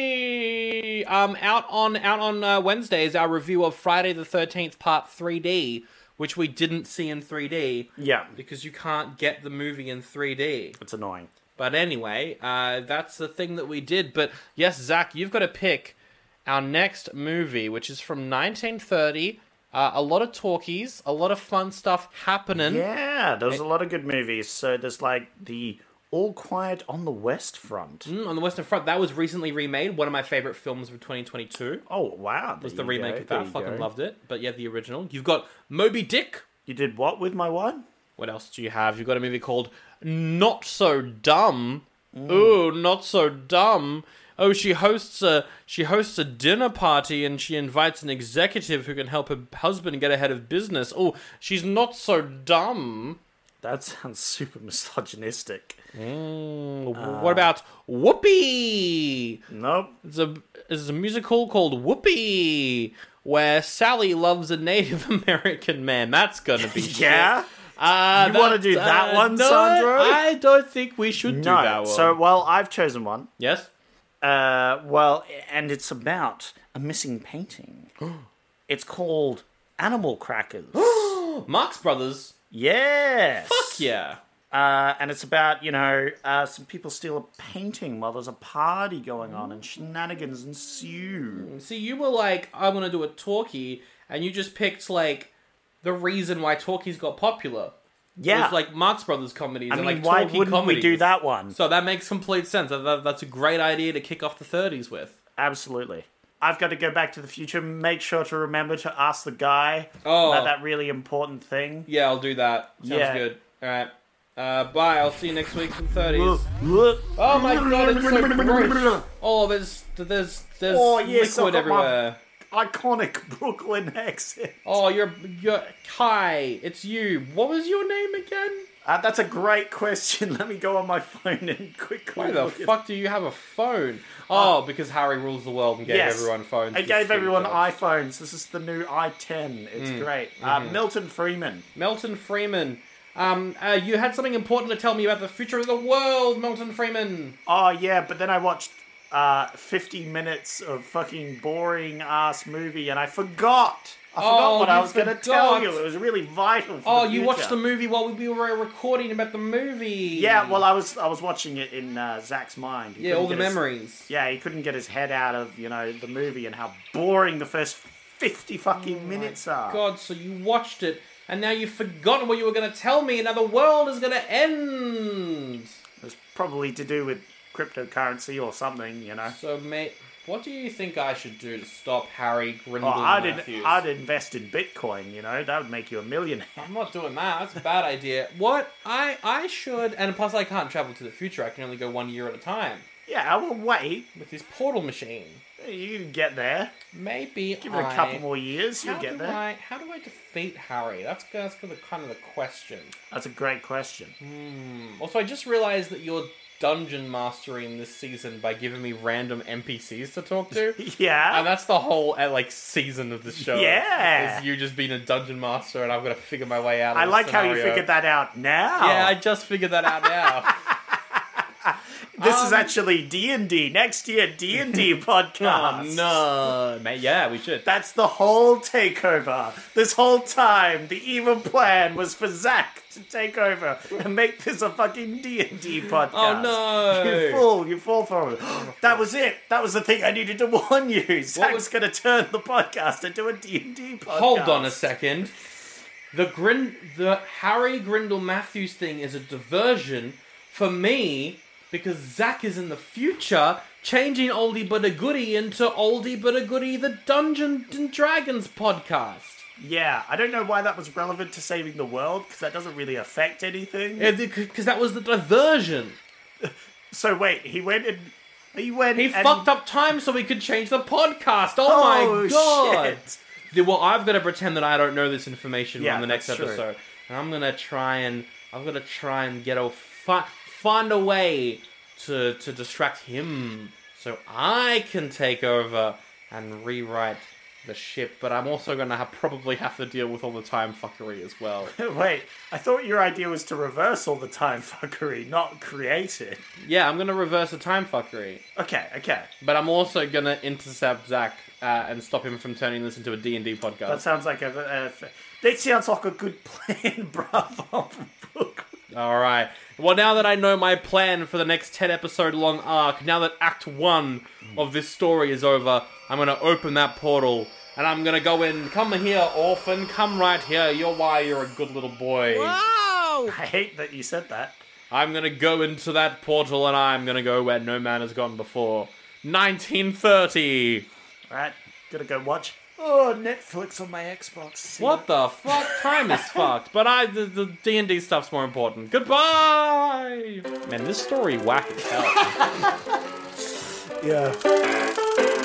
[SPEAKER 1] way. Um, out on out on uh, Wednesday is our review of Friday the Thirteenth Part 3D, which we didn't see in 3D
[SPEAKER 2] Yeah,
[SPEAKER 1] because you can't get the movie in 3D.
[SPEAKER 2] it's annoying.
[SPEAKER 1] But anyway, uh, that's the thing that we did. But yes, Zach, you've got to pick our next movie, which is from 1930. Uh, a lot of talkies, a lot of fun stuff happening.
[SPEAKER 2] Yeah, there's a lot of good movies. So there's like the All Quiet on the West Front.
[SPEAKER 1] Mm, on the Western Front, that was recently remade. One of my favorite films of 2022
[SPEAKER 2] Oh wow,
[SPEAKER 1] was
[SPEAKER 2] there
[SPEAKER 1] the
[SPEAKER 2] you
[SPEAKER 1] remake
[SPEAKER 2] go,
[SPEAKER 1] of
[SPEAKER 2] there
[SPEAKER 1] that.
[SPEAKER 2] you
[SPEAKER 1] Fucking
[SPEAKER 2] go.
[SPEAKER 1] loved it. But yeah, the original. You've got Moby Dick.
[SPEAKER 2] You did what with my one?
[SPEAKER 1] What else do you have? You've got a movie called Not So Dumb.
[SPEAKER 2] Mm.
[SPEAKER 1] Ooh, not so dumb. Oh, she hosts a she hosts a dinner party and she invites an executive who can help her husband get ahead of business. Oh, she's not so dumb.
[SPEAKER 2] That sounds super misogynistic.
[SPEAKER 1] Mm,
[SPEAKER 2] Ah.
[SPEAKER 1] what about Whoopi?
[SPEAKER 2] Nope.
[SPEAKER 1] It's a it's a musical called Whoopi, where Sally loves a Native American man. That's gonna be shit.
[SPEAKER 2] Yeah.
[SPEAKER 1] Uh,
[SPEAKER 2] You wanna do that one,
[SPEAKER 1] no,
[SPEAKER 2] Sandro?
[SPEAKER 1] I don't think we should do that
[SPEAKER 2] No.
[SPEAKER 1] one.
[SPEAKER 2] So, well, I've chosen one.
[SPEAKER 1] yes,
[SPEAKER 2] Uh, well, and it's about a missing painting. it's called Animal Crackers.
[SPEAKER 1] Marx Brothers.
[SPEAKER 2] yes.
[SPEAKER 1] Fuck yeah.
[SPEAKER 2] Uh, and it's about you know uh, some people steal a painting while there's a party going on and shenanigans ensue.
[SPEAKER 1] See, you were like, I want to do a talkie, and you just picked like the reason why talkies got popular.
[SPEAKER 2] Yeah.
[SPEAKER 1] It's like Marx Brothers comedies.
[SPEAKER 2] I
[SPEAKER 1] and
[SPEAKER 2] mean,
[SPEAKER 1] like
[SPEAKER 2] why
[SPEAKER 1] talkie
[SPEAKER 2] wouldn't we do
[SPEAKER 1] comedies.
[SPEAKER 2] that one?
[SPEAKER 1] So that makes complete sense. That- that- that's a great idea to kick off the 30s with.
[SPEAKER 2] Absolutely. I've got to go back to the future. Make sure to remember to ask the guy
[SPEAKER 1] Oh.
[SPEAKER 2] about that really important thing.
[SPEAKER 1] Yeah, I'll do that. Sounds
[SPEAKER 2] Yeah.
[SPEAKER 1] good. All right. Uh, bye. I'll see you next week in thirties.
[SPEAKER 6] Look.
[SPEAKER 1] Oh my god, it's so gross. Oh, there's there's there's
[SPEAKER 2] Oh, yes,
[SPEAKER 1] liquid
[SPEAKER 2] I've got my-
[SPEAKER 1] everywhere.
[SPEAKER 2] Iconic Brooklyn accent.
[SPEAKER 1] Oh, you're you're hi. It's you. What was your name again?
[SPEAKER 2] Uh, that's a great question. Let me go on my phone and quickly.
[SPEAKER 1] Why the
[SPEAKER 2] look it-
[SPEAKER 1] fuck do you have a phone? Oh, because Harry rules the world and gave
[SPEAKER 2] Uh, Yes.
[SPEAKER 1] everyone phones.
[SPEAKER 2] I
[SPEAKER 1] to
[SPEAKER 2] gave
[SPEAKER 1] steal
[SPEAKER 2] everyone
[SPEAKER 1] from.
[SPEAKER 2] iPhones. This is the new i10. It's
[SPEAKER 1] Mm.
[SPEAKER 2] great. Uh,
[SPEAKER 1] Mm-hmm.
[SPEAKER 2] Milton Freeman.
[SPEAKER 1] Melton Freeman. Um, uh, you had something important to tell me about the future of the world, Melton Freeman.
[SPEAKER 2] Oh yeah, but then I watched uh, 50 minutes of fucking boring ass movie and I forgot. I forgot
[SPEAKER 1] Oh,
[SPEAKER 2] what I
[SPEAKER 1] you
[SPEAKER 2] was going to tell
[SPEAKER 1] forgot.
[SPEAKER 2] you. It was really vital. For
[SPEAKER 1] Oh,
[SPEAKER 2] the
[SPEAKER 1] you
[SPEAKER 2] future.
[SPEAKER 1] watched the movie while we were recording about the movie.
[SPEAKER 2] Yeah, well, I was I was watching it in uh, Zach's mind. He
[SPEAKER 1] yeah, all the
[SPEAKER 2] couldn't get his-
[SPEAKER 1] memories.
[SPEAKER 2] yeah, he couldn't get his head out of you know the movie and how boring the first 50 fucking minutes are.
[SPEAKER 1] Oh God, so you watched it, and now you've forgotten what you were going to tell me. Now the world is going to end.
[SPEAKER 2] It was probably to do with cryptocurrency or something, you know.
[SPEAKER 1] So, mate, what do you think I should do to stop Harry Grindle
[SPEAKER 2] Well, Oh, I'd,
[SPEAKER 1] Matthews?
[SPEAKER 2] in, I'd invest in Bitcoin, you know. That would make you a millionaire.
[SPEAKER 1] I'm not doing that. That's a bad idea. What I I should, and plus I can't travel to the future. I can only go one year at a time
[SPEAKER 2] Yeah, well, wait.
[SPEAKER 1] with this portal machine.
[SPEAKER 2] You can get there.
[SPEAKER 1] Maybe
[SPEAKER 2] Give it a
[SPEAKER 1] I-
[SPEAKER 2] couple more years, you'll
[SPEAKER 1] how
[SPEAKER 2] get
[SPEAKER 1] do
[SPEAKER 2] there.
[SPEAKER 1] I, how do I defeat Harry? That's that's the kind of the question.
[SPEAKER 2] That's a great question.
[SPEAKER 1] Also, I just realized that you're dungeon mastering this season by giving me random NPCs to talk to.
[SPEAKER 2] Yeah.
[SPEAKER 1] And that's the whole uh, like season of the show.
[SPEAKER 2] Yeah.
[SPEAKER 1] is you just being a dungeon master, and I've got to figure my way out. Of
[SPEAKER 2] I
[SPEAKER 1] this
[SPEAKER 2] like how you
[SPEAKER 1] scenario.
[SPEAKER 2] figured that out now.
[SPEAKER 1] Yeah, I just figured that out now.
[SPEAKER 2] this
[SPEAKER 1] um,
[SPEAKER 2] is actually D and D next year. D and D
[SPEAKER 1] Oh,
[SPEAKER 2] podcast.
[SPEAKER 1] no, mate. Yeah, we should.
[SPEAKER 2] that's the whole takeover. This whole time, the evil plan was for Zach to take over and make this a fucking D and D podcast.
[SPEAKER 1] Oh, no.
[SPEAKER 2] You fool! You fall for it. that was it. That was the thing I needed to warn you. Zach's
[SPEAKER 1] was-
[SPEAKER 2] going to turn the podcast into a D and D podcast.
[SPEAKER 1] Hold on a second. The Grin, the Harry Grindle Matthews thing is a diversion for me because Zach is in the future changing Oldie But a Goodie into Oldie But a Goodie, the Dungeon and Dragons podcast.
[SPEAKER 2] Yeah, I don't know why that was relevant to saving the world because that doesn't really affect anything.
[SPEAKER 1] Because that was the diversion.
[SPEAKER 2] so wait, he went and he went.
[SPEAKER 1] He
[SPEAKER 2] and,
[SPEAKER 1] fucked up time so we could change the podcast. Oh,
[SPEAKER 2] Oh,
[SPEAKER 1] my god!
[SPEAKER 2] shit.
[SPEAKER 1] Yeah, Well, I've got to pretend that I don't know this information
[SPEAKER 2] Yeah,
[SPEAKER 1] on the next
[SPEAKER 2] that's true.
[SPEAKER 1] episode, and I'm gonna try and I've got to try and get a fi- find a way to to distract him so I can take over and rewrite the ship. But I'm also gonna have, probably have to deal with all the time fuckery as well.
[SPEAKER 2] Wait, I thought your idea was to reverse all the time fuckery, not create it.
[SPEAKER 1] yeah, I'm gonna reverse the time fuckery.
[SPEAKER 2] Okay, okay,
[SPEAKER 1] But I'm also gonna intercept Zach uh, and stop him from turning this into a D and D podcast.
[SPEAKER 2] that sounds like a, a- f- that sounds like a good plan, bravo, Brooke.
[SPEAKER 1] All right. Well, now that I know my plan for the next 10 episode long arc, now that Act 1 of this story is over, I'm going to open that portal and I'm going to go in. Come here, orphan. Come right here. You're why you're a good little boy.
[SPEAKER 2] I hate that you said that.
[SPEAKER 1] I'm going to go into that portal and I'm going to go where no man has gone before. 1930.
[SPEAKER 2] Right, gotta go watch. Oh, Netflix on my Xbox.
[SPEAKER 1] What the fuck? Time is fucked. But I the, the D&D stuff's more important. Goodbye. Man, this story whack as hell.
[SPEAKER 2] Yeah.